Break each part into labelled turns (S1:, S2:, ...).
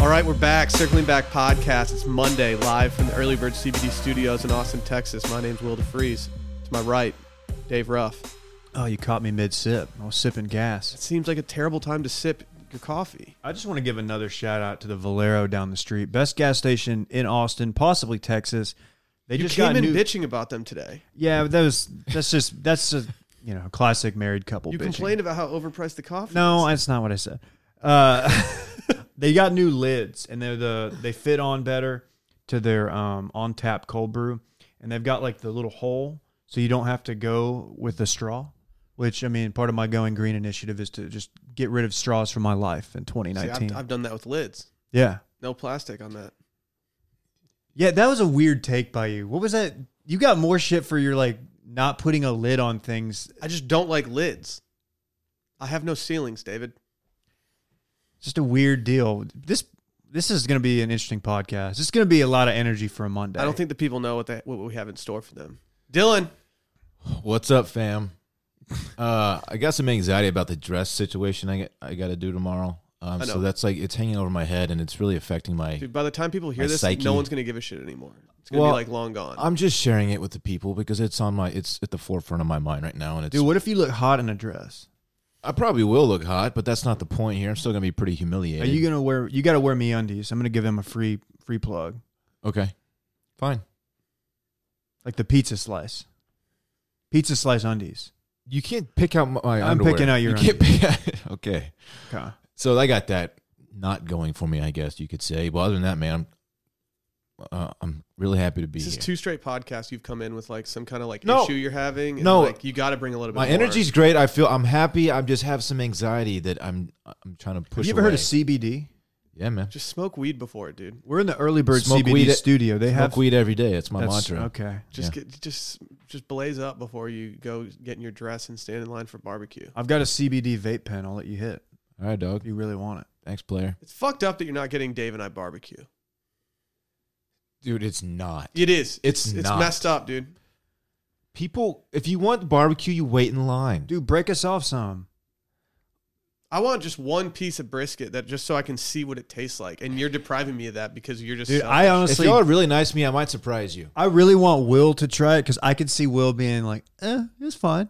S1: right, we're back. Circling Back Podcast. It's Monday, live from the Early Bird CBD Studios in Austin, Texas. My name's Will DeFries. To my right, Dave Ruff.
S2: Oh, you caught me mid sip. I was sipping
S1: It
S2: gas.
S1: seems like a terrible time to sip your coffee.
S2: I just want to give another shout out to the Valero down the street. Best gas station in Austin, possibly Texas. They
S1: You
S2: just
S1: came
S2: got
S1: in
S2: new.
S1: bitching about them today.
S2: yeah, that was that's just that's a you know classic married couple.
S1: You
S2: bitching.
S1: complained about how overpriced the coffee.
S2: No,
S1: is.
S2: that's not what I said. Uh, they got new lids, and they're the they fit on better to their um, on tap cold brew, and they've got like the little hole, so you don't have to go with the straw. Which I mean, part of my going green initiative is to just get rid of straws from my life in
S1: See,
S2: 2019.
S1: I've, I've done that with lids.
S2: yeah,
S1: No plastic on that.
S2: yeah, that was a weird take by you. What was that? You got more shit for your like not putting a lid on things.
S1: I just don't like lids. I have no ceilings, David.
S2: Just a weird deal. This this is going to be an interesting podcast. It's going to be a lot of energy for a Monday.
S1: I don't think the people know what they, what we have in store for them. Dylan,
S3: What's up, fam? Uh, I got some anxiety about the dress situation I get, I got to do tomorrow. Um,
S1: I know.
S3: so that's like it's hanging over my head, and it's really affecting my.
S1: dude, by the time people hear
S3: My
S1: this,
S3: psyche.
S1: no one's gonna give a shit anymore. It's gonna
S3: Well,
S1: be like long gone.
S3: I'm just sharing it with the people because it's on my. It's at the forefront of my mind right now, and it's.
S2: Dude, what if you look hot in a dress?
S3: I probably will look hot, but that's not the point here. I'm still gonna be pretty humiliated.
S2: Are you gonna wear? You gotta wear me undies. I'm gonna give him a free free plug,
S3: okay, fine.
S2: like the pizza slice, pizza slice undies.
S3: You can't pick out my. my
S2: I'm
S3: underwear.
S2: picking out your
S3: You can't pick- okay,
S2: Okay.
S3: so I got that not going for me. I guess you could say. But other than that, man, I'm. Uh, I'm really happy to be
S1: this
S3: here.
S1: is two straight podcasts you've come in with like some kind of like
S3: No.
S1: issue you're having. And
S3: No.
S1: like you got to bring a little bit.
S3: My
S1: more.
S3: energy's great. I feel I'm happy. I just have some anxiety that I'm I'm trying to push.
S2: Have you ever heard
S3: away.
S2: of CBD?
S3: Yeah, man.
S1: Just smoke weed before it, dude.
S2: We're in the early bird
S3: Smoke
S2: CBD
S3: weed at-
S2: studio. They
S3: Smoke
S2: have
S3: weed every day. It's my
S2: that's-
S3: mantra.
S2: Okay.
S1: Just get just just blaze up before you go get in your dress and stand in line for barbecue.
S2: I've got a CBD vape pen. I'll let you hit
S3: All right,
S2: if
S3: dog.
S2: you really want it.
S3: Thanks, player.
S1: It's fucked up that you're not getting Dave and I barbecue.
S3: Dude, it's not.
S1: It is.
S3: It's
S1: it's
S3: not.
S1: messed up, dude.
S3: People, if you want barbecue, you wait in line.
S2: Dude, break us off some.
S1: I want just one piece of brisket that just so I can see what it tastes like, and you're depriving me of that because you're just.
S2: Dude,
S1: selfish.
S2: I
S3: if
S2: honestly,
S3: y'all are really nice to me, I might surprise you.
S2: I really want Will to try it because I could see Will being like, "Eh, it's fine."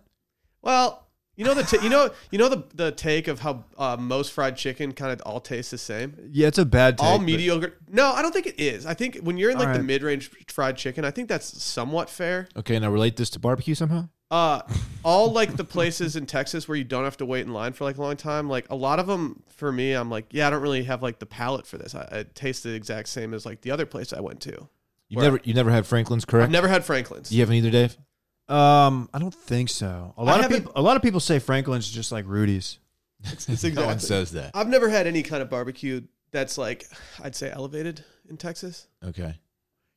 S1: well, you know the t- you know you know the the take of how uh, most fried chicken kind of all tastes the same.
S2: Yeah, it's a bad. Take,
S1: all
S2: but-
S1: mediocre. No, I don't think it is. I think when you're in like
S2: All
S1: the
S2: right.
S1: mid range fried chicken, I think that's somewhat fair.
S3: Okay, now relate this to barbecue somehow.
S1: Uh, all like the places in Texas where you don't have to wait in line for like a long time, like a lot of them for me, I'm like, yeah, I don't really have like the palate for this. I, it tastes the exact same as like the other place I went to.
S3: You
S1: Where-
S3: never, you never had Franklin's, correct?
S1: I've never had Franklin's.
S3: you haven't either, Dave.
S2: Um, I don't think so. A lot of
S1: haven't-
S2: people, a lot of people say Franklin's just like Rudy's.
S1: It's, it's
S3: No one
S1: exactly.
S3: says that.
S1: I've never had any kind of barbecue that's like, I'd say elevated in Texas.
S3: Okay.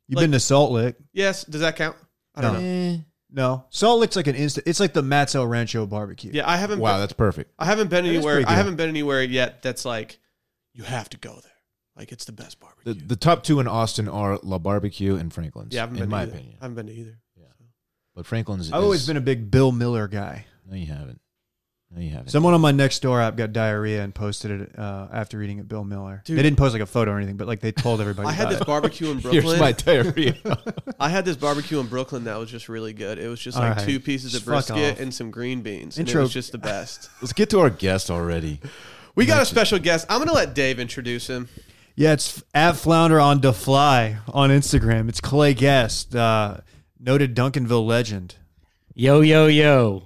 S2: You've
S1: Like-
S2: been to Salt Lick?
S1: Yes. Does that count? I don't
S2: No.
S1: know.
S3: Eh.
S2: No, Salt Lick's like an instant. It's like the Matzo Rancho barbecue.
S1: Yeah. I haven't,
S3: Wow, that's perfect.
S1: I haven't been
S2: That is
S1: anywhere.
S2: pretty
S1: I
S2: good.
S1: haven't been anywhere yet. That's like you have to go there. Like it's the best barbecue.
S3: The, the top two in Austin are La Barbecue and Franklin's.
S1: yeah, I haven't
S3: in
S1: been
S3: my
S1: to either.
S3: opinion.
S1: I haven't been to either.
S3: But Franklin's.
S2: I've always
S3: is-
S2: been a big Bill Miller guy.
S3: No, you haven't. No, you haven't.
S2: Someone on my next door app got diarrhea and posted it uh, after eating at Bill Miller.
S1: Dude.
S2: They didn't post like a photo or anything, but like they told everybody.
S1: I had
S2: about
S1: this
S2: it.
S1: barbecue in
S3: Here's my
S1: Brooklyn.
S3: diarrhea.
S1: I had this barbecue in Brooklyn that was just really good. It was just
S2: All
S1: like
S2: right.
S1: two pieces of
S2: Just fuck
S1: brisket
S2: off.
S1: and some green beans. And it
S2: Intro.
S1: was just the best.
S3: Let's get to our guest already.
S1: We got a special guest. I'm gonna let Dave introduce him.
S2: Yeah, it's at Flounder on the fly on Instagram. It's Clay Guest, uh, noted Duncanville legend.
S4: Yo, yo, yo.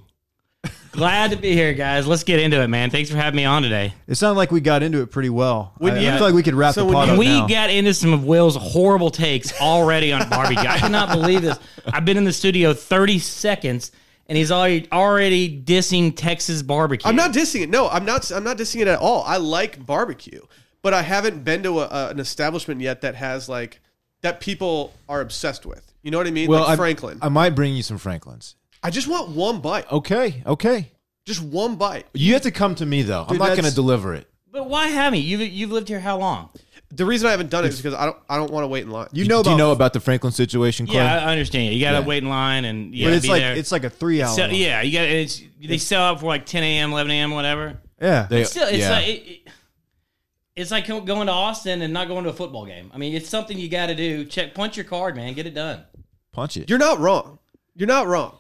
S4: Glad to be here, guys. Let's get into it, man. Thanks for having me on today.
S2: It sounded like we got into it pretty well.
S1: When
S2: I, I
S4: you-
S2: feel like we could wrap
S1: so
S2: the
S1: when
S2: pod
S1: you-
S2: up
S4: we
S2: now.
S4: got into some of Will's horrible takes already on barbecue. I cannot believe this. I've been in the studio 30 seconds and he's already, already dissing Texas barbecue.
S1: I'm not dissing it. No, I'm not. I'm not dissing it at all. I like barbecue, but I haven't been to a, a, an establishment yet that has like that people are obsessed with. You know what I mean? like
S3: I-
S1: Franklin.
S3: I, might bring you some Franklins.
S1: I just want one bite.
S3: Okay, okay.
S1: Just one bite.
S3: You have to come to me though.
S2: Dude,
S3: I'm not
S2: that's-
S3: going to deliver it.
S4: But why haven't you? You've, you've lived here how long?
S1: The reason I haven't done it is because I don't. I don't want to wait in line.
S2: you know
S3: Do
S2: about,
S3: you know about the Franklin situation, Clay?
S4: Yeah, I understand. You got to
S3: Yeah.
S4: wait in line and yeah,
S2: but it's
S4: be
S2: like
S4: there.
S2: it's like a three hour.
S4: so,
S2: one.
S4: yeah, you got it's they sell out for like 10 a.m., 11 a.m., whatever.
S2: yeah.
S3: They-
S4: Still, it's
S3: yeah.
S4: like it, it- It's like going to Austin and not going to a football game. I mean, it's something you got to do. Check, punch your card, man. Get it done.
S3: Punch it.
S1: You're not wrong. You're not wrong.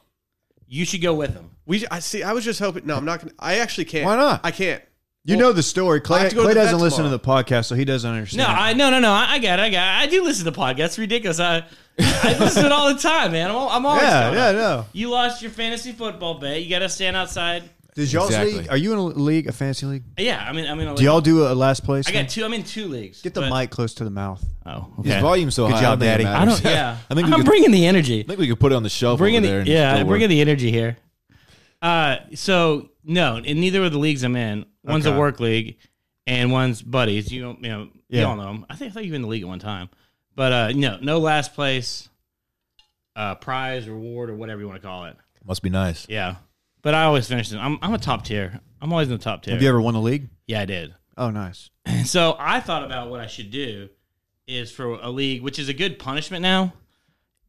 S4: You should go with them.
S1: We I see. I was just hoping. No, I'm not gonna. I actually can't.
S3: Why not?
S1: I can't.
S2: You know the story.
S1: I
S2: Clay,
S1: have to go to
S2: Clay
S1: the vet
S2: doesn't listen to
S1: tomorrow.
S2: the podcast, so he doesn't understand.
S4: No, I no no no. I, I got it. I got. It. I do listen to the podcast. It's ridiculous. I I listen to it all the time, man. I'm, al- I'm always.
S2: yeah,
S4: going
S2: yeah,
S4: on.
S2: no.
S4: You lost your fantasy football bet. You got to stand outside.
S2: Does y'all
S3: Exactly.
S2: league? Are you in a league, a fancy league?
S4: Yeah, I mean, I mean,
S2: Do y'all do a last place?
S4: I
S2: thing?
S4: got two. I'm in two leagues.
S2: Get the
S4: but-
S2: mic close to the mouth.
S4: Oh,
S3: His
S4: okay.
S3: volume's so
S2: Good
S3: high.
S2: job,
S3: I don't think
S2: Daddy.
S3: it matters.
S4: I don't. Yeah,
S3: I think we
S4: I'm
S3: could,
S4: bringing the energy.
S3: I think we could put it on the shelf
S4: Bringing
S3: over
S4: the
S3: there.
S4: yeah,
S3: and bringing
S4: bringing the energy here. Uh, so no, in neither of the leagues I'm in, one's
S2: Okay.
S4: a work league, and one's buddies. You don't, you know,
S2: Yeah.
S4: you all know them. I think I thought you were in the league at one time, but uh, no, no last place, uh, prize, reward, or whatever you want to call it.
S3: must be nice.
S4: Yeah, but I always finish them. I'm I'm a top tier. I'm always in the top tier.
S2: Have you ever won a league?
S4: yeah, I did.
S2: Oh, nice.
S4: And so I thought about what I should do is for a league, which is a good punishment now,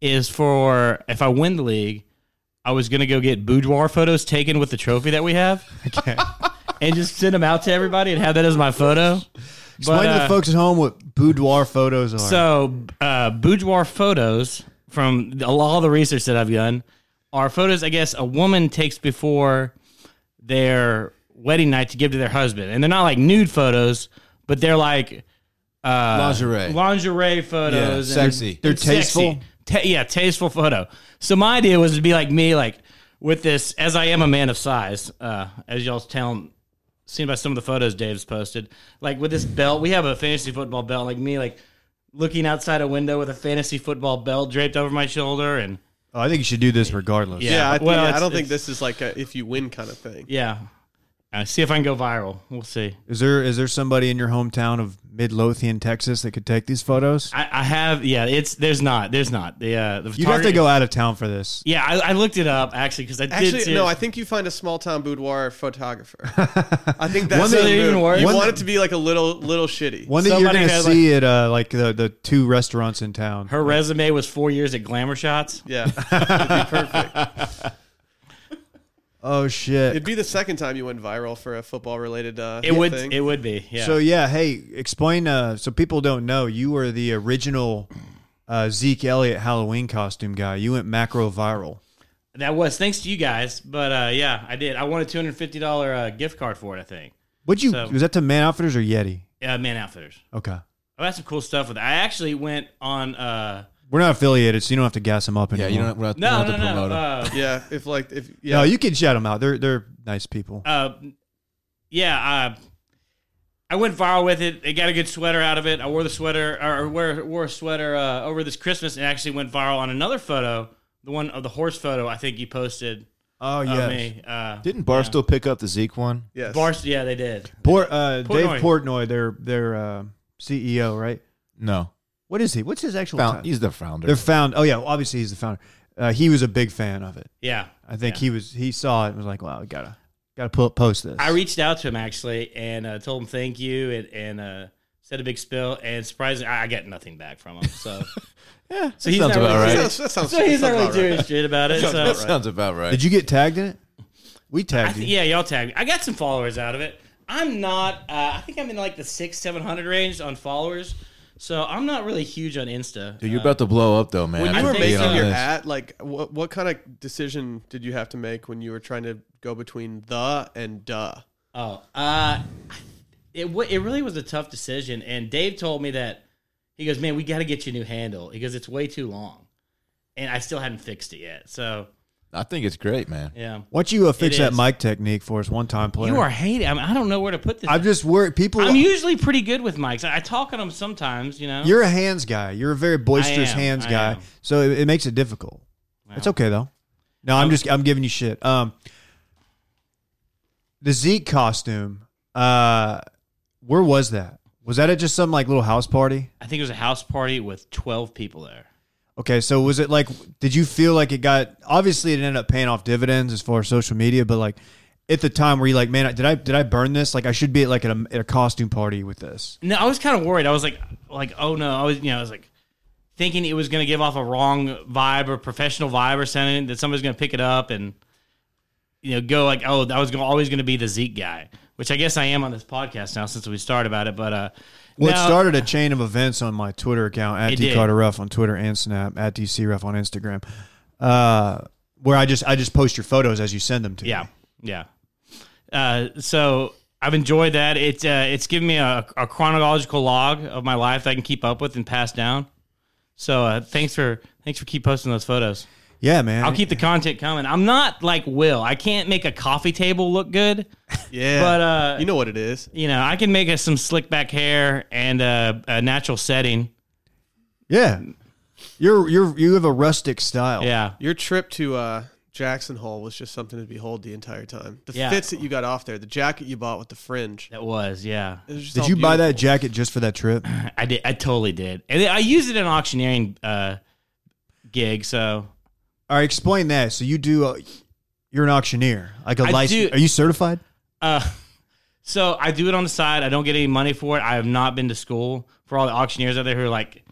S4: is for if I win the league, I was gonna go get boudoir photos taken with the trophy that we have,
S2: Okay.
S4: and just send them out to everybody and have that as my photo.
S2: Explain to
S4: uh,
S2: the folks at home what boudoir photos are.
S4: So, uh, boudoir photos from the- all the research that I've done are photos, I guess, a woman takes before their wedding night to give to their husband, and they're not like nude photos, but they're like uh,
S3: Lingerie.
S4: lingerie photos,
S3: Yeah,
S4: and-
S3: sexy.
S2: They're
S4: and sexy.
S2: tasteful?
S4: Ta- yeah, tasteful photo. So my idea was to be like me, like with this, as I am a man of size, uh, as y'all's telling seen by some of the photos Dave's posted. Like with this belt, we have a fantasy football belt. Like me, like looking outside a window with a fantasy football belt draped over my shoulder, and
S2: oh, I think you should do this regardless.
S1: Yeah, I, think-
S4: well,
S1: yeah, I
S4: it's-
S1: don't think
S4: it's-
S1: this is like a if you win kind of thing.
S4: yeah. Uh, see if I can go viral. We'll see.
S2: Is there is there somebody in your hometown of Midlothian, Texas, that could take these photos?
S4: I, I have, yeah. It's there's not, there's not. The, uh, the
S2: You'd have to
S4: photography-
S2: go out of town for this.
S4: Yeah, I, I looked it up actually because I did.
S1: Actually,
S4: see
S1: no.
S4: it.
S1: I think you find a small town boudoir photographer. I think that's
S2: One
S1: the
S2: that-
S1: move.
S4: even worse.
S1: You
S2: One
S1: want
S2: that-
S1: it to be like a little little shitty.
S2: One that you're
S4: Somebody
S2: going to
S4: had, like-
S2: see at uh, like the, the two restaurants in town.
S4: her resume was four years at Glamour Shots.
S1: yeah, it'd be perfect.
S2: oh shit!
S1: It'd be the second time you went viral for a football related. Uh,
S4: It would,
S1: Thing.
S4: it would be. Yeah.
S2: So yeah, hey, explain uh, so people don't know you were the original uh, Zeke Elliott Halloween costume guy. You went macro viral.
S4: that was thanks to you guys. But uh, yeah, I did. I won a two hundred fifty dollar uh, gift card for it. I think.
S2: Would you?
S4: So-
S2: was that to Man Outfitters or Yeti?
S4: Uh, Man Outfitters.
S2: Okay,
S4: I've had some cool stuff with it. I actually went on. Uh,
S2: we're not affiliated, so you don't have to gas them up
S3: Yeah,
S2: anymore.
S3: you don't, we don't
S4: no,
S3: have
S4: no,
S3: to promote
S4: no.
S3: them.
S4: Uh,
S1: yeah, if like if yeah,
S2: No, you can shout them out. They're they're nice people.
S4: uh, yeah, uh, I went viral with it. I got a good sweater out of it. I wore the sweater, or wore, wore a sweater uh, over this Christmas, and actually went viral on another photo, the one of the horse photo. I think you posted
S2: Oh
S4: of
S2: yes.
S4: me. Uh,
S3: Didn't Barstool pick up the Zeke one?
S1: yes.
S4: Barst- yeah, they did.
S2: Por- uh, Dave
S4: Portnoy.
S2: Portnoy, their their uh, CEO, right?
S3: No,
S2: What is he? What's his actual?
S3: Found,
S2: title?
S3: he's the founder.
S2: They're found. Oh yeah, well, obviously he's the founder. Uh, he was a big fan of it.
S4: Yeah,
S2: I think he was. He saw it and was like, "Wow, we gotta gotta put, post this."
S4: I reached out to him actually and uh, told him thank you and, and uh, said a big spill. And surprisingly, I, I got nothing back from him. So yeah, so he's
S3: sounds
S4: not
S3: about
S4: really,
S1: That
S3: right.
S1: sounds, that sounds,
S4: So he's
S1: that sounds
S4: not really
S1: about
S4: doing
S1: right.
S4: shit about it.
S1: That sounds
S4: so.
S1: about right.
S3: Sounds about right.
S2: Did you get tagged in it? We
S4: I
S2: tagged
S4: th-
S2: you.
S4: yeah, y'all tagged me. I got some followers out of it. I'm not. Uh, I think I'm in like the six, seven hundred range on followers. So I'm not really huge on Insta.
S3: Dude, you're about to blow up though, man.
S4: when
S1: You
S4: I
S1: were
S4: think
S1: making
S4: so.
S1: your hat. Like, what what kind of decision did you have to make when you were trying to go between the and duh?
S4: Oh, uh, it w- it really was a tough decision, and Dave told me that he goes, "Man, we got to get you a new handle." He goes, "It's way too long," and I still hadn't fixed it yet. So
S3: I think it's great, man.
S4: yeah,
S2: Why don't you uh, fix
S4: It
S2: that
S4: is.
S2: mic technique for us one time, player?
S4: you are hating. I, mean, I don't know where to put this.
S2: I'm
S4: I'm,
S2: just worried. People.
S4: usually pretty good with mics. I, I talk on them sometimes, you know.
S2: you're a hands guy. You're a very boisterous
S4: I am,
S2: hands
S4: I
S2: guy.
S4: am.
S2: So it, it makes it difficult. It's okay though. No, I'm just I'm giving you shit. Um, the Zeke costume. Uh, where was that? Was that at just some like little house party?
S4: I think it was a house party with twelve people there.
S2: Okay, so was it like? Did you feel like it got? Obviously, it ended up paying off dividends as far as social media, but like at the time, were you like, man, did I did I burn this? Like, I should be at like at a, at a costume party with this.
S4: No, I was kind of worried. I was like, like, oh no, I was, you know, I was like thinking it was going to give off a wrong vibe or professional vibe or something that somebody's going to pick it up and you know go like, oh, I was gonna, always going to be the Zeke guy, which I guess I am on this podcast now since we started about it. But uh,
S2: Well,
S4: now-
S2: it started a chain of events on my Twitter account at
S4: It did.
S2: dcarterruff on Twitter and Snap at dcruff on Instagram, uh, where I just I just post your photos as you send them to
S4: Yeah,
S2: me.
S4: yeah. Uh, so I've enjoyed that. It's uh, it's given me a, a chronological log of my life that I can keep up with and pass down. So uh, thanks for thanks for keep posting those photos.
S2: Yeah, man.
S4: I'll keep the content coming. I'm not like Will. I can't make a coffee table look good,
S1: Yeah,
S4: but uh,
S1: you know what it is.
S4: you know I can make us some slick back hair and uh, a natural setting.
S2: Yeah, you're you're you have a rustic style.
S4: Yeah,
S1: Your trip to uh, Jackson Hole was just something to behold the entire time. The
S4: Yeah.
S1: fits that you got off there, the jacket you bought with the fringe.
S4: that was yeah.
S1: It was just
S2: Did
S1: all
S2: you buy that
S1: beautiful.
S2: jacket just for that trip?
S4: I did. I totally did, and I used it in an auctioneering uh, gig. So
S2: All right, explain that. So you do. A, you're an auctioneer, like a
S4: I
S2: license.
S4: do-
S2: Are you certified?
S4: Uh, so I do it on the side. I don't get any money for it. I have not been to school. For all the auctioneers out there who are like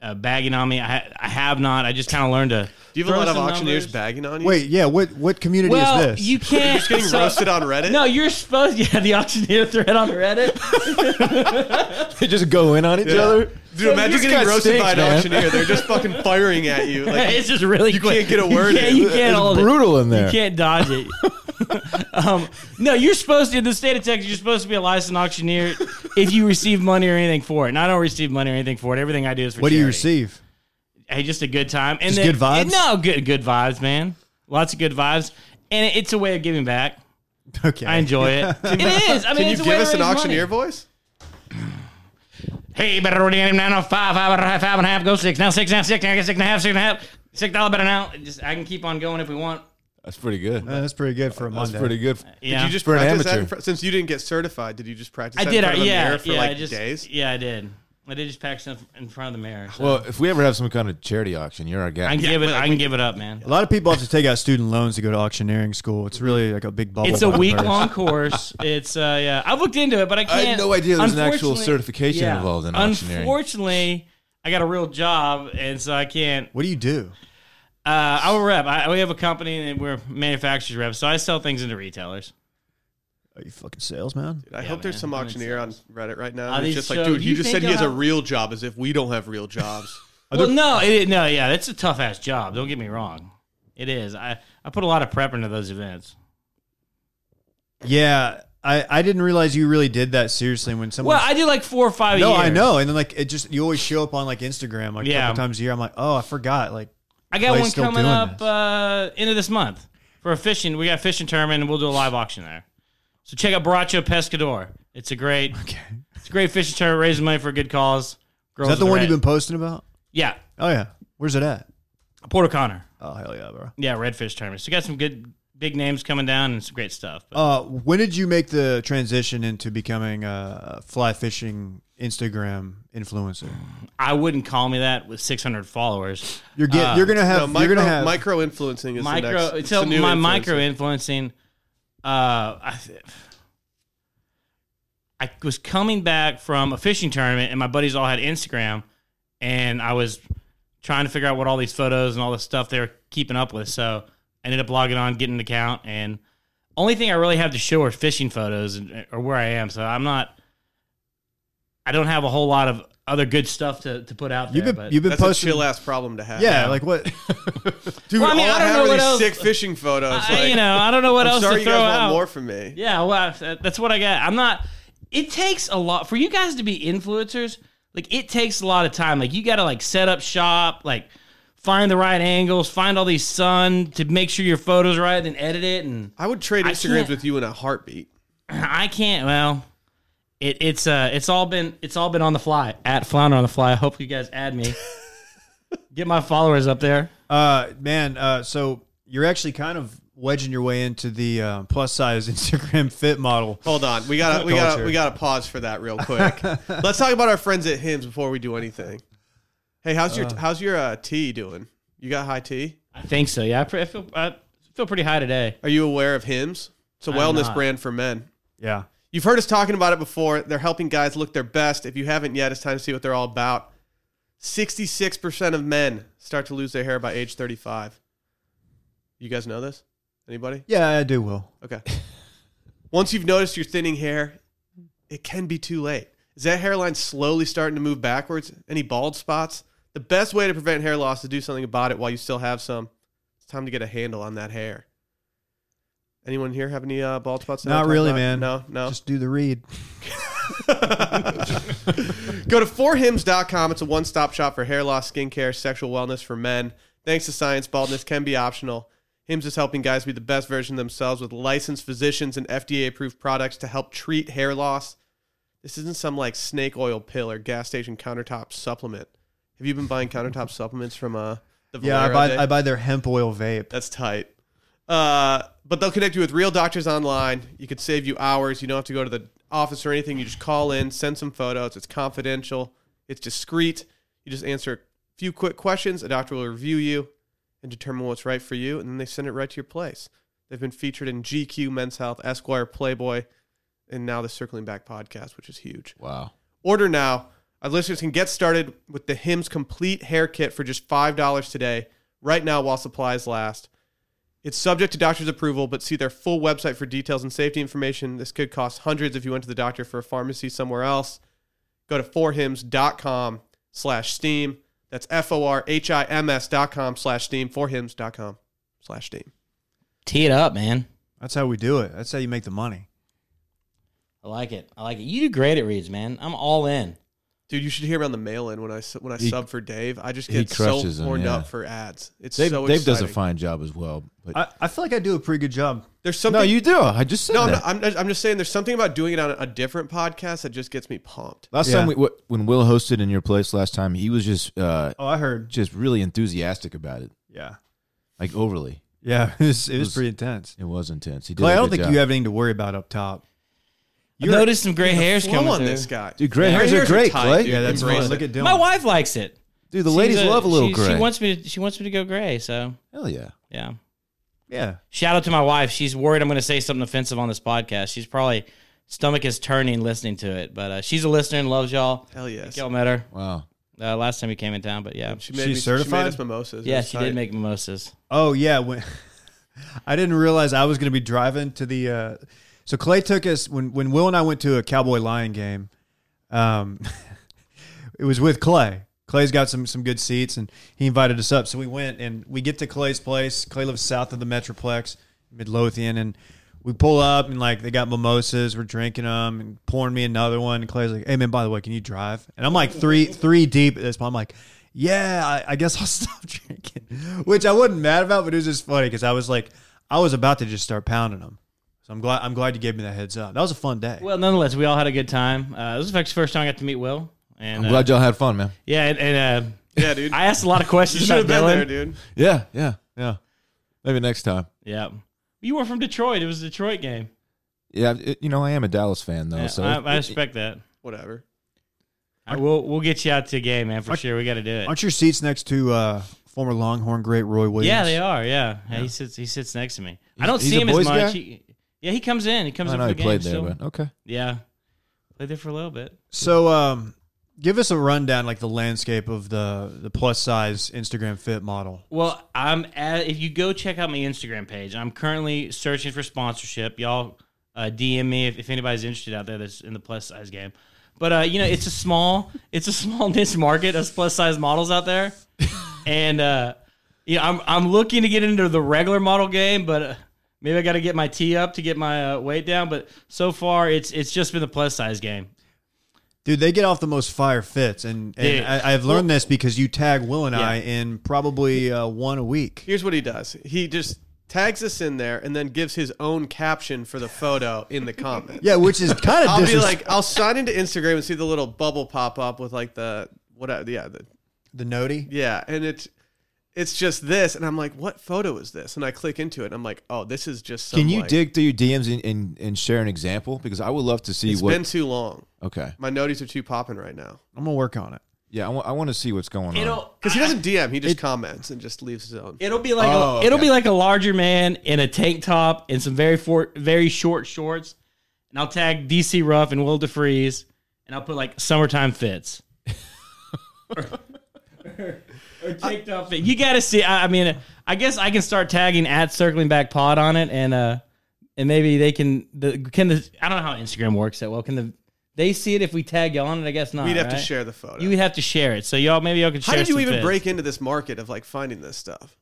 S4: uh, bagging on me, I, ha- I have not. I just kind of learned to.
S1: Do you have a
S4: throw
S1: lot of
S4: some
S1: auctioneers
S4: numbers.
S1: bagging on you?
S2: Wait, yeah. What what community
S4: Well,
S2: is this?
S4: you can't.
S1: you're just getting
S4: so-
S1: roasted on Reddit.
S4: No, you're supposed. Yeah, the auctioneer thread on Reddit.
S3: they just go in on each
S1: Yeah.
S3: other.
S1: Dude, imagine
S3: This guy
S1: getting roasted
S3: stinks,
S1: by an
S3: man.
S1: auctioneer. They're just fucking firing at you. Like,
S4: it's just really. You
S1: can't get a word
S4: You can't,
S1: in.
S4: you can't
S3: It's
S4: hold it.
S3: brutal in there.
S4: You can't dodge it. um, no, you're supposed to. In the state of Texas, you're supposed to be a licensed auctioneer if you receive money or anything for it. And I don't receive money or anything for it. Everything I do is for
S2: what do you
S4: charity.
S2: receive?
S4: hey, just a good time and
S2: Just
S4: then-
S2: good vibes?
S4: No, good good vibes, man. Lots of good vibes, and it's a way of giving back.
S2: Okay,
S4: I enjoy it. it is. I mean,
S1: can you
S4: it's a way
S1: give
S4: to
S1: us an
S4: raise
S1: auctioneer
S4: Money.
S1: voice?
S4: Hey, better already nine oh five, five and a half, five and a half, go six now, six now, six now, six and a half, six and a half, six dollar better now. Just I can keep on going if we want.
S3: That's pretty good.
S2: Uh, that's pretty good for a
S3: That's
S2: Monday.
S3: pretty good.
S4: Yeah,
S1: Did you just
S3: For an
S1: practice that?
S3: amateur.
S1: in fr- since you didn't get certified, did you just practice
S4: I
S1: that
S4: did.
S1: in
S4: uh,
S1: front of a
S4: yeah,
S1: mirror for
S4: yeah. I
S1: like
S4: just
S1: days?
S4: yeah, I did. I did just practice in- in front of the mirror. so.
S3: Well, if we ever have some kind of charity auction, you're our guy.
S4: I can give it.
S1: well,
S4: I can give it up, man.
S2: A lot of people have to take out student loans to go to auctioneering school. It's really like a big bubble.
S4: It's a
S2: pop
S4: week
S2: first.
S4: long course. It's uh yeah. I've looked into it, but I
S3: I
S4: can't.
S3: had no idea there was an actual
S4: unfortunately-
S3: certification involved in auctioneering.
S4: Unfortunately, I got a real job, and so I can't.
S2: What do you do?
S4: Uh, I'm a rep. I, we have a company, and we're manufacturers reps, so I sell things into retailers.
S2: Are you fucking salesman?
S1: I
S4: Yeah,
S1: hope there's
S4: man.
S1: some
S4: That makes
S1: auctioneer on Reddit right now.
S4: Are
S1: who's
S4: these
S1: just like,
S4: so-
S1: dude,
S4: you
S1: you just said
S4: think
S1: he has
S4: I'll-
S1: a real job, as if we don't have real jobs.
S4: Well, no, it, no, yeah, that's a tough ass job. Don't get me wrong. It is. I, I put a lot of prep into those events.
S2: Yeah, I, I didn't realize you really did that seriously when someone.
S4: Well, I do like four or five. a
S2: no,
S4: year.
S2: I know, and then like it just you always show up on like Instagram like a
S4: Yeah.
S2: couple times a year. I'm like, oh, I forgot. Like,
S4: I got
S2: Clay's
S4: one
S2: still
S4: coming
S2: doing
S4: up
S2: this.
S4: uh, end of this month for a fishing. We got a fishing tournament, and we'll do a live auction there. So check out Baracho Pescador. It's a great, it's a great fishing tournament, raising money for a good cause. Girls
S2: is that the
S4: with
S2: one
S4: red-
S2: you've been posting about?
S4: Yeah,
S2: Oh yeah, where's it at?
S4: Port O'Connor.
S2: Oh hell yeah, bro.
S4: Yeah, Redfish tournament. So you got some good big names coming down and some great stuff. But
S2: Uh, when did you make the transition into becoming a fly fishing Instagram influencer?
S4: I wouldn't call me that with 600 followers.
S2: You're getting, you're gonna have,
S1: No,
S2: you're
S1: micro,
S2: gonna have.
S1: micro influencing is the next.
S4: Micro.
S1: it's
S4: So
S1: the new
S4: my
S1: influencer.
S4: micro influencing. Uh, I, th- I was coming back from a fishing tournament, and my buddies all had Instagram, and I was trying to figure out what all these photos and all this stuff they were keeping up with. So I ended up logging on, getting an account, and only thing I really have to show are fishing photos and, uh, or where I am. So I'm not. I don't have a whole lot of other good stuff to, to put out there.
S2: You've been,
S4: but
S2: you've been
S1: That's
S2: posting
S1: a chill ass problem to have.
S2: Yeah, like what?
S1: dude,
S4: Well, I mean,
S1: all
S4: I
S1: I,
S4: don't know
S1: have
S4: what
S1: are these
S4: else-
S1: sick fishing photos.
S4: I-
S1: like,
S4: you know, I don't know what
S1: I'm
S4: else
S1: sorry
S4: to
S1: you
S4: throw
S1: guys
S4: out.
S1: want more from me.
S4: Yeah, well, that- that's what I got. I'm not. It takes a lot for you guys to be influencers. Like it takes a lot of time. Like you got to like set up shop, like find the right angles, find all these sun to make sure your photos right, then edit it. And
S1: I would trade
S4: I
S1: Instagrams
S4: can't-
S1: with you in a heartbeat.
S4: I can't. Well, it, it's uh, it's all been it's all been on the fly at Flounder on the fly. I hope you guys add me. Get my followers up there.
S2: Uh, man, uh, so you're actually kind of wedging your way into the uh, plus size Instagram fit model.
S1: Hold on, we gotta we gotta
S2: Culture.
S1: we gotta pause for that real quick. Let's talk about our friends at Hims before we do anything. Hey, how's your how's your uh, tea doing? You got high tea?
S4: I think so. Yeah, I, pre- I feel I feel pretty high today.
S1: Are you aware of Hims? It's a
S4: I'm
S1: wellness
S4: not.
S1: brand for men.
S2: Yeah.
S1: You've heard us talking about it before. They're helping guys look their best. If you haven't yet, it's time to see what they're all about. 66% of men start to lose their hair by age 35. You guys know this? Anybody?
S2: Yeah, I do, Will.
S1: Okay. Once you've noticed your thinning hair, it can be too late. Is that hairline slowly starting to move backwards? Any bald spots? The best way to prevent hair loss is to do something about it while you still have some. It's time to get a handle on that hair. Anyone here have any uh, bald spots? that I
S2: Not
S1: talked
S2: really,
S1: about?
S2: man.
S1: No, no.
S2: Just do the read.
S1: Go to forhims.com. It's a one stop shop for hair loss, skincare, sexual wellness for men. Thanks to science, baldness can be optional. Hims is helping guys be the best version of themselves with licensed physicians and FDA approved products to help treat hair loss. This isn't some like snake oil pill or gas station countertop supplement. Have you been buying countertop supplements from uh, the
S2: Yeah, I
S1: Valero
S2: buy
S1: day?
S2: I buy their hemp oil vape.
S1: That's tight. Uh, but they'll connect you with real doctors online. You could save you hours. You don't have to go to the office or anything. You just call in, send some photos. It's confidential. It's discreet. You just answer a few quick questions. A doctor will review you and determine what's right for you, and then they send it right to your place. They've been featured in GQ, Men's Health, Esquire, Playboy, and now the Circling Back podcast, which is huge.
S3: Wow.
S1: Order now. Our listeners can get started with the Hims Complete Hair Kit for just $5 today, right now while supplies last. It's subject to doctor's approval, but see their full website for details and safety information. This could cost hundreds if you went to the doctor for a pharmacy somewhere else. Go to forhims.com slash steam. That's F-O-R-H-I-M-S dot com slash steam, forhims dot com slash steam.
S4: Tee it up, man.
S2: That's how we do it. That's how you make the money.
S4: I like it. I like it. You do great at reads, man. I'm all in.
S1: Dude, you should hear me on the mail in when I su- when I
S3: He-
S1: sub for Dave. I just
S3: he
S1: get so
S3: crushes 'em,
S1: horned
S3: yeah.
S1: up for ads. It's
S3: Dave,
S1: so
S3: Dave
S1: exciting.
S3: does a fine job as well. But
S2: I, I feel like I do a pretty good job.
S1: There's something
S3: no, you do. I just said
S1: No, I'm,
S3: that.
S1: not, I'm, I'm just saying there's something about doing it on a, a different podcast that just gets me pumped.
S3: last
S2: Yeah.
S3: time we wh- when Will hosted in your place last time, he was just uh,
S2: Oh, I heard.
S3: just really enthusiastic about it,
S2: Yeah,
S3: like overly.
S2: yeah. It was, it was
S3: was-
S2: pretty intense.
S3: It was intense. He did.
S2: Clay,
S3: a
S2: I don't
S3: good
S2: think
S3: job.
S2: you have anything to worry about up top.
S4: I noticed some gray hairs
S1: Flow
S4: coming
S1: on
S4: through.
S1: this guy.
S3: Dude, gray hairs are great, Clay.
S1: dude.
S2: Yeah, that's
S1: Embrace
S2: fun.
S1: it.
S2: Look at Dylan.
S4: My wife likes it.
S3: Dude, the ladies
S4: She's a-
S3: love a little
S4: she,
S3: gray.
S4: She wants me to. She wants me to go gray. So
S3: Hell yeah.
S4: yeah.
S2: Yeah,
S4: Shout out to my wife. She's worried I'm going to say something offensive on this podcast. She's probably stomach is turning listening to it, but uh, she's a listener and loves y'all.
S1: Hell yes.
S4: Y'all met her
S3: Wow.
S4: uh, last time you came in town, but yeah,
S1: She made
S2: She's
S1: me, She
S2: certified?
S1: made us mimosas.
S4: yeah,
S1: It's
S4: she
S1: tight.
S4: did make mimosas.
S2: Oh yeah, when I didn't realize I was going to be driving to the. Uh, so Clay took us when when Will and I went to a Cowboy Lion game. Um, it was with Clay. Clay's got some some good seats, and he invited us up. So we went, and we get to Clay's place. Clay lives south of the Metroplex, Midlothian, and we pull up, and like they got mimosas. We're drinking them, and pouring me another one. And Clay's like, "Hey man, by the way, can you drive?" And I'm like three three deep at this point. I'm like, "Yeah, I, I guess I'll stop drinking," which I wasn't mad about, but it was just funny because I was like, I was about to just start pounding them. So I'm glad I'm glad you gave me that heads up. That was a fun day.
S4: Well, nonetheless, we all had a good time. Uh, this is actually the first time I got to meet Will, and
S3: I'm
S4: uh,
S3: glad y'all had fun, man.
S4: yeah, and, and uh,
S1: Yeah, dude.
S4: I asked a lot of
S1: you
S4: questions
S1: should have
S4: about
S1: been
S4: Dylan.
S1: there, dude.
S3: Yeah, yeah, yeah. Maybe next time.
S4: Yeah, you were from Detroit. It was a Detroit game.
S3: Yeah, it- you know I am a Dallas fan though,
S4: Yeah,
S3: Oh, so
S4: I,
S3: it-
S4: I
S3: it-
S4: respect that.
S1: Whatever.
S4: I, we'll we'll get you out to a game, man, for sure. We got to do it.
S2: Aren't your seats next to uh, former Longhorn great Roy Williams?
S4: Yeah, they are. Yeah. Yeah, he sits. He sits next to me. I
S3: He's-
S4: don't
S3: he's
S4: see
S3: a
S4: him as
S3: boys
S4: much.
S3: guy?
S4: He, yeah, he comes in. He comes
S3: I
S4: in
S3: know
S4: for
S3: he
S4: the game.
S3: played there,
S4: still.
S3: but okay.
S4: yeah, played there for a little bit.
S2: So, um, give us a rundown, like the landscape of the the plus size Instagram fit model.
S4: Well, I'm at, if you go check out my Instagram page, I'm currently searching for sponsorship. Y'all uh, DM me if, if anybody's interested out there that's in the plus size game. But uh, you know, it's a small it's a small niche market of plus size models out there, and uh, you know, I'm I'm looking to get into the regular model game, but. Uh, Maybe I got to get my tee up to get my uh, weight down, but so far it's it's just been the plus size game.
S2: Dude, they get off the most fire fits, and,
S4: Dude.
S2: and I, I've learned this because you tag Will and I
S4: Yeah.
S2: in probably uh, one a week.
S1: Here's what he does. He just tags us in there and then gives his own caption for the photo in the comment.
S2: Yeah, which is kind of
S1: I'll be
S2: disres-
S1: like, I'll sign into Instagram and see the little bubble pop up with like the whatever. Yeah, the,
S2: the notey.
S1: yeah, and it's it's just this, and I'm like, what photo is this? And I click into it, and I'm like, oh, this is just. Some,
S3: Can you
S1: like-
S3: dig through your DMs and, and, and share an example? Because I would love to see
S1: It's
S3: what.
S1: been too long.
S3: okay.
S1: My noties are too popping right now.
S2: I'm gonna work on it.
S3: Yeah, I want to see what's going on.
S4: It'll
S1: Because he doesn't DM, he just comments and just leaves his own.
S4: It'll be like
S3: Oh,
S4: a, it'll
S3: okay.
S4: be like a larger man in a tank top and some very for, very short shorts, and I'll tag DC Ruff and Will DeFreeze, and I'll put like summertime fits. or, or, or tank top fit. You got to see. I, I mean, I guess I can start tagging at Circling Back Pod on it, and uh, and maybe they can the can the I don't know how Instagram works that well. Can the they see it if we tag y'all on it? I guess not.
S1: We'd have to
S4: right?
S1: share the photo.
S4: You would have to share it. So y'all maybe y'all can
S1: How
S4: share.
S1: did you
S4: some
S1: even
S4: pics.
S1: break into this market of like finding this stuff?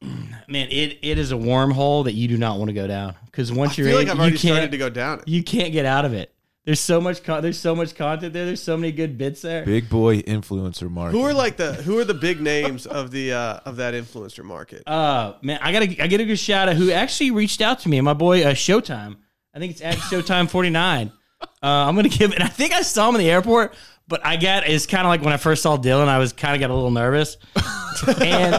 S4: Man, it, it is a wormhole that you do not want to go down because once
S1: I
S4: you're
S1: feel
S4: in,
S1: like I've already
S4: you can't
S1: started to go down it.
S4: you can't get out of it. There's so much con- there's so much content there. There's so many good bits there.
S3: Big boy influencer market.
S1: Who are like the who are the big names of the uh, of that influencer market?
S4: Uh man, I gotta I get a good shout out who actually reached out to me. My boy uh, Showtime. I think it's at Showtime forty nine. Uh, I'm gonna give and I think I saw him in the airport, but I got it's kind of like when I first saw Dylan, I was kind of got a little nervous, and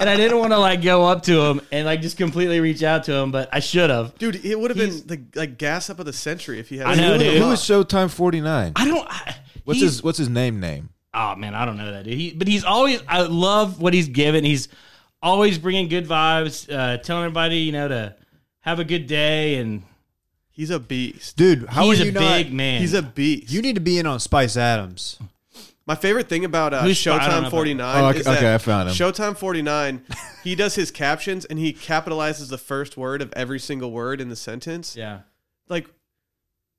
S4: and I didn't want to like go up to him and like just completely reach out to him, but I should have.
S1: Dude, it would have been the like gas up of the century if he had.
S4: I know,
S1: Who the
S4: dude.
S3: Who
S1: fuck?
S3: is Showtime 49?
S4: I don't. I,
S3: What's
S4: he's-
S3: his What's his name? Name?
S4: oh man, I don't know that dude. He, but he's always I love what he's given. He's always bringing good vibes, uh, telling everybody you know to have a good day, and
S1: He's a beast.
S2: dude. How
S4: he's
S2: are
S4: a
S2: you
S4: big
S2: not?
S4: man.
S1: He's a beast.
S2: You need to be in on Spice Adams.
S1: My favorite thing about uh,
S4: Who's- I don't know
S1: Showtime
S4: about-
S1: 49
S3: Oh, okay-
S1: is that
S3: okay, I found him.
S1: Showtime 49, he does his captions and he capitalizes the first word of every single word in the sentence.
S4: yeah.
S1: Like,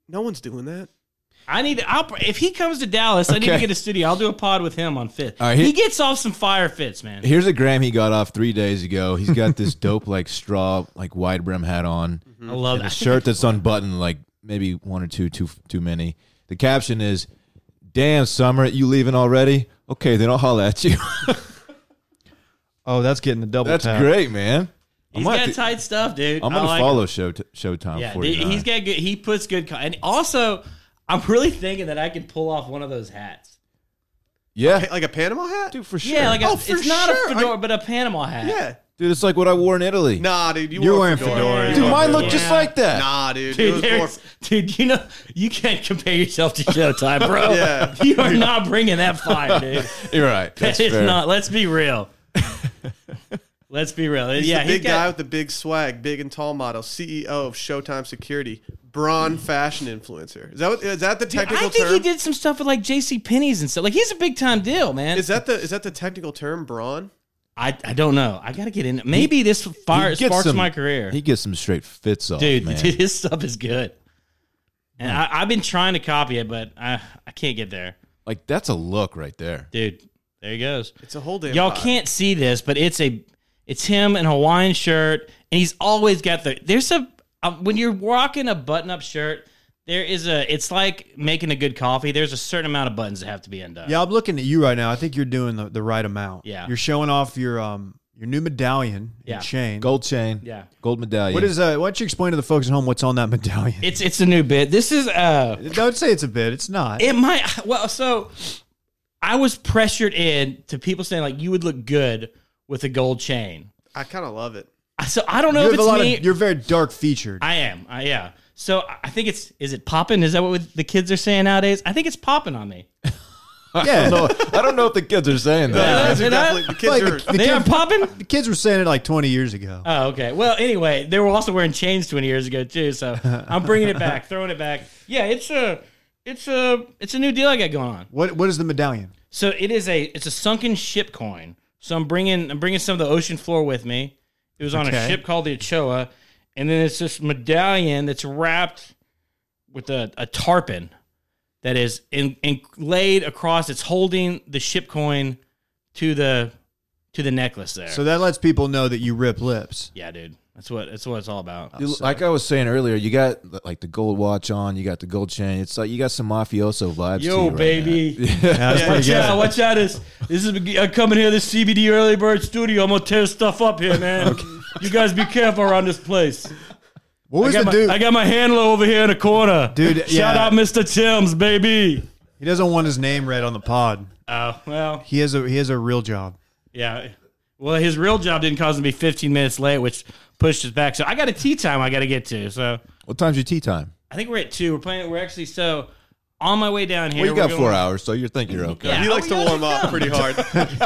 S1: no one's doing that.
S4: I need. I'll, if he comes to Dallas, I need to
S3: Okay.
S4: get a studio. I'll do a pod with him on Fifth.
S3: All right, he-
S4: he gets off some fire fits, man.
S3: Here's a gram he got off three days ago. He's got this dope like straw like wide brim hat on,
S4: I love
S3: and a
S4: that.
S3: shirt that's unbuttoned like maybe one or two too too many. The caption is, "Damn summer, you leaving already? Okay, then I'll holla at you."
S2: Oh, that's getting the double.
S3: that's
S2: tap.
S3: great, man.
S4: He's
S3: I'm
S4: got
S3: gonna, have to-
S4: tight stuff, dude.
S3: I'm
S4: I
S3: gonna
S4: like
S3: follow
S4: him.
S3: Show Showtime
S4: Yeah, dude,
S3: 49.
S4: he's got good. He puts good. co- And also, I'm really thinking that I could pull off one of those hats.
S3: yeah,
S1: Pa- Like a Panama hat?
S3: dude, for sure.
S4: Yeah, like a,
S1: Oh, for
S4: it's not
S1: sure.
S4: a fedora, but a Panama hat.
S1: Yeah.
S3: dude, it's like what I wore in Italy.
S1: Nah, dude. You
S2: You're
S1: wore a
S2: wearing
S1: fedora.
S2: fedoras.
S3: dude, mine looked
S4: Yeah.
S3: just like that.
S1: Nah, dude. it
S4: Dude,
S1: was more-
S4: there's- dude, you know you can't compare yourself to Showtime, bro.
S1: Yeah.
S4: you are not bringing that fire, dude.
S3: You're right. That's
S4: That is
S3: fair.
S4: not. Let's be real. let's be real.
S1: He's
S4: yeah,
S1: the
S4: he's
S1: big
S4: got-
S1: guy with the big swag, big and tall model, CEO of Showtime Security, brawn fashion influencer. Is that what, is that the
S4: Dude,
S1: technical
S4: I think
S1: term?
S4: he did some stuff with like J.C. Penney's and stuff. Like he's a big time deal, man.
S1: Is that the is that the technical term, brawn?
S4: I, I don't know. I gotta get in. Maybe this fire
S3: gets
S4: sparks
S3: some-
S4: my career,
S3: He gets some straight fits off,
S1: Oh,
S4: dude.
S3: man.
S4: Dude, his stuff is good. And I, I've been trying to copy it, but I I can't get there,
S3: Like that's a look right there.
S4: dude. There he goes.
S1: It's a whole damn.
S4: Y'all
S1: vibe.
S4: can't see this, but it's a it's him in a Hawaiian shirt, and he's always got the there's a um, when you're rocking a button up shirt, there is a it's like making a good coffee. There's a certain amount of buttons that have to be undone.
S2: Yeah, I'm looking at you right now. I think you're doing the, the right amount.
S4: Yeah.
S2: you're showing off your um your new medallion and
S4: Yeah.
S2: chain.
S3: Gold chain.
S4: Yeah.
S3: Gold medallion.
S2: What is that? Why don't you explain to the folks at home what's on that medallion?
S4: It's it's a new bit. This is uh
S2: Don't say it's a bit. It's not.
S4: It might. Well, so I was pressured in to people saying like you would look good with a gold chain.
S1: I kind of love it.
S4: So I don't know
S2: you
S4: if
S2: have a
S4: it's
S2: lot
S4: me.
S2: of. You're very dark featured.
S4: I am. I, yeah. So I- I think it's is it popping? Is that what the kids are saying nowadays? I think it's popping on me.
S2: yeah,
S3: No, I don't know if the kids are saying that.
S4: Yeah.
S1: Kids are
S4: and I-
S1: definitely- the kids
S2: like
S1: are-
S2: the, the
S4: They are
S2: kid,
S4: popping.
S2: the kids were saying it like 20 years ago.
S4: Oh, okay. Well, anyway, they were also wearing chains 20 years ago too. So I'm bringing it back, throwing it back. Yeah, it's a, it's a, it's a new deal I got going on.
S2: What what is the medallion?
S4: So it is a it's a sunken ship coin. So I'm bringing I'm bringing some of the ocean floor with me. It was on
S2: Okay.
S4: a ship called the Ochoa, and then it's this medallion that's wrapped with a, a tarpon that is in, in laid across. It's holding the ship coin to the to the necklace there.
S2: So that lets people know that you rip lips.
S4: yeah, dude, that's what that's what it's all about.
S3: Dude, like I was saying earlier, you got like the gold watch on, you got the gold chain. It's like you got some mafioso vibes. to you
S4: Yo,
S3: right
S4: baby.
S2: Yeah, that's pretty
S4: Watch
S2: good.
S4: out! Watch out! This this is I'm coming here. This CBD early bird studio. I'm gonna tear stuff up here, man. You guys be careful around this place.
S2: What
S4: I
S2: was
S4: got,
S2: the
S4: my,
S2: dude?
S4: I got my handler over here in the corner.
S2: Dude,
S4: shout
S2: yeah.
S4: out Mr. Timms, baby.
S2: he doesn't want his name read on the pod.
S4: Oh well,
S2: He has a he has a real job.
S4: yeah. Well, his real job didn't cause him to be 15 minutes late, which pushed us back. So I got a tea time I got to get to. So
S3: now. What time's your tea time?
S4: I think we're at two. We're playing. We're actually so on my way down here.
S3: Well, you got
S4: we're
S3: four
S4: going-
S3: hours, so you think you're okay.
S4: Yeah.
S1: He
S4: Oh,
S1: likes to
S4: yeah,
S1: warm
S4: he's
S1: up
S4: dumb.
S1: pretty hard.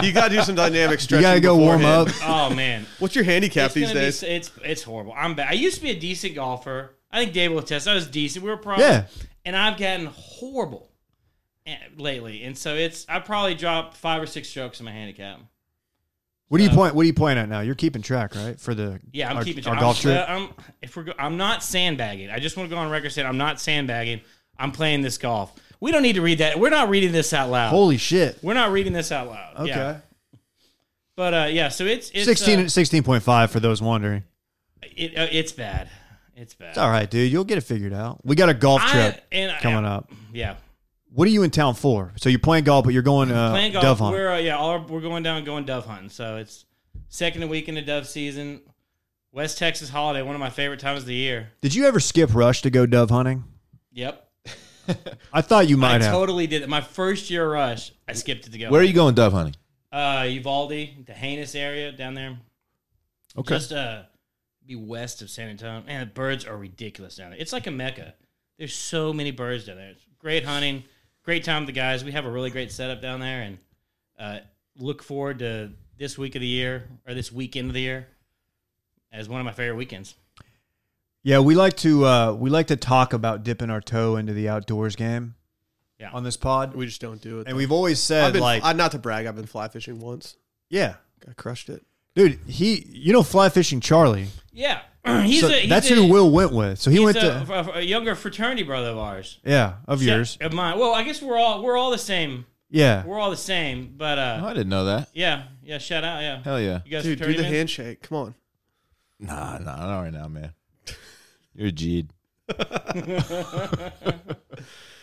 S1: you got to do some dynamic
S2: You
S1: stretching.
S2: gotta go warm up.
S1: beforehand.
S4: Oh man,
S1: What's your handicap
S4: it's
S1: these
S4: gonna
S1: days?
S4: Be, it's it's horrible. I'm bad. I used to be a decent golfer. I think Dave will attest. I was decent. We were probably
S2: Yeah.
S4: And I've gotten horrible eh, lately, and so it's I probably dropped five or six strokes in my handicap.
S2: What do you point? What do you point at now? You're keeping track, right? For the
S4: Yeah, I'm
S2: our,
S4: keeping
S2: our
S4: track.
S2: golf
S4: I'm,
S2: trip.
S4: uh, I'm- if we're go- I'm not sandbagging. I just want to go on record saying I'm not sandbagging. I'm playing this golf. We don't need to read that. We're not reading this out loud.
S2: Holy shit!
S4: We're not reading this out loud.
S2: Okay,
S4: Yeah. But uh, yeah, so it's, it's
S2: 16
S4: Uh,
S2: 16.5 for those wondering.
S4: it, uh, it's bad. It's bad.
S2: It's all right, dude. You'll get it figured out. We got a golf
S4: I,
S2: trip
S4: and I-
S2: coming up.
S4: Yeah.
S2: What are you in town for? So you're playing golf, but you're going uh,
S4: playing golf.
S2: dove hunt.
S4: We're uh, yeah, all our, we're going down and going dove hunting. So it's second weekend of dove season. West Texas holiday, one of my favorite times of the year.
S2: Did you ever skip rush to go dove hunting?
S4: Yep,
S2: I thought you might
S4: I
S2: have.
S4: totally did it. My first year rush, I skipped it to go.
S3: Where are you going dove hunting?
S4: Uh, Uvalde, the heinous area down there.
S3: Okay.
S4: Just uh, be west of San Antonio. Man, the birds are ridiculous down there. It's like a mecca. There's so many birds down there. It's great hunting, great time with the guys. We have a really great setup down there, and uh, look forward to this week of the year or this weekend of the year as one of my favorite weekends.
S2: Yeah, we like to uh, we like to talk about dipping our toe into the outdoors game.
S4: Yeah.
S2: On this pod,
S1: We just don't do it.
S2: and we've always
S1: I've
S2: said
S1: been
S2: like,
S1: I, not to brag. I've been fly fishing once.
S2: yeah,
S1: I crushed it.
S2: dude, he you know fly fishing Charlie.
S4: Yeah, he's
S2: So
S4: a, he's
S2: that's
S4: a,
S2: who Will went with. So he
S4: he's
S2: went
S4: a-
S2: to
S4: a- a younger fraternity brother of ours.
S2: yeah of yours.
S4: of mine. Well, I guess we're all we're all the same.
S2: Yeah,
S4: We're all the same, but uh,
S3: Oh, I didn't know that.
S4: Yeah, yeah. Shout out, yeah.
S3: Hell yeah.
S4: You guys,
S1: Dude, do
S4: fraternity
S1: the
S4: man?
S1: handshake. Come on.
S3: Nah, nah, not right now, man. You're a G'd.
S4: But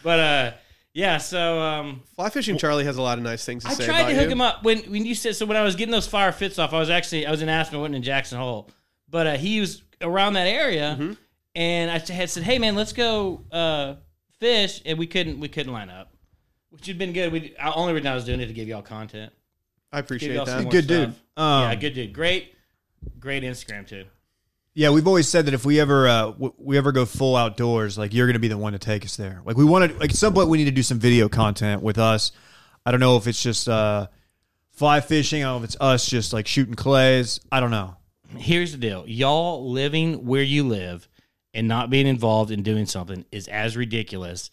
S4: uh, yeah. So um,
S1: Fly fishing Charlie has a lot of nice things to
S4: I
S1: say
S4: tried
S1: about
S4: to hook
S1: you.
S4: him up when when you said so. When I was getting those fire fits off, I was actually I was in Aspen, I wasn't in Jackson Hole, but uh, he was around that area,
S1: Mm-hmm.
S4: and I had said, "Hey man, let's go uh, fish," and we couldn't we couldn't line up, which had been good. We I only reason I was doing it to give y'all content.
S1: I
S4: Give
S1: appreciate
S4: y'all
S1: that.
S4: some more
S2: Good dude.
S4: stuff.
S2: Um,
S4: yeah, good dude. Great, great Instagram too.
S2: Yeah, we've always said that if we ever uh, w- we ever go full outdoors, like you're going to be the one to take us there. Like we want to, like at some point we need to do some video content with us. I don't know if it's just uh, fly fishing, I don't know if it's us just like shooting clays. I don't know.
S4: here's the deal y'all living where you live and not being involved in doing something is as ridiculous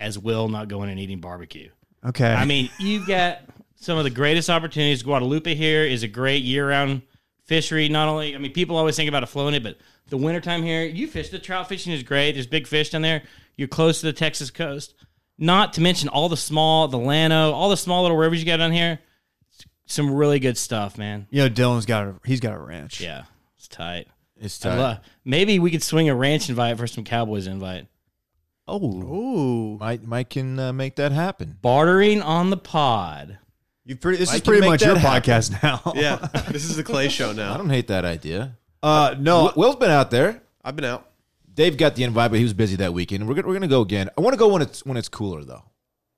S4: as will not going and eating barbecue
S2: Okay,
S4: i mean you've got some of the greatest opportunities guadalupe here is a great year-round fishery not only i mean people always think about it floating it but the wintertime here you fish the trout fishing is great there's big fish down there you're close to the texas coast not to mention all the small the lano all the small little rivers you got down here some really good stuff man
S2: you know Dylan's got a he's got a ranch.
S4: yeah it's tight
S3: It's
S4: I
S3: time.
S4: love- maybe we could swing a ranch invite for some Cowboys invite.
S3: oh,
S1: Ooh.
S3: Mike, Mike can uh, make that happen.
S4: Bartering on the pod.
S2: you pretty. This
S3: I
S2: is
S3: can
S2: pretty
S3: make
S2: much your
S3: that happen.
S2: podcast now.
S1: Yeah. this is the Clay Show
S3: I
S1: now.
S3: don't hate that idea.
S2: Uh, no,
S4: Oh,
S3: Will- Will's been out there.
S1: I've been out.
S3: Dave got the invite, but he was busy that weekend. We're gonna, we're gonna go again. I want to go when it's when it's cooler though.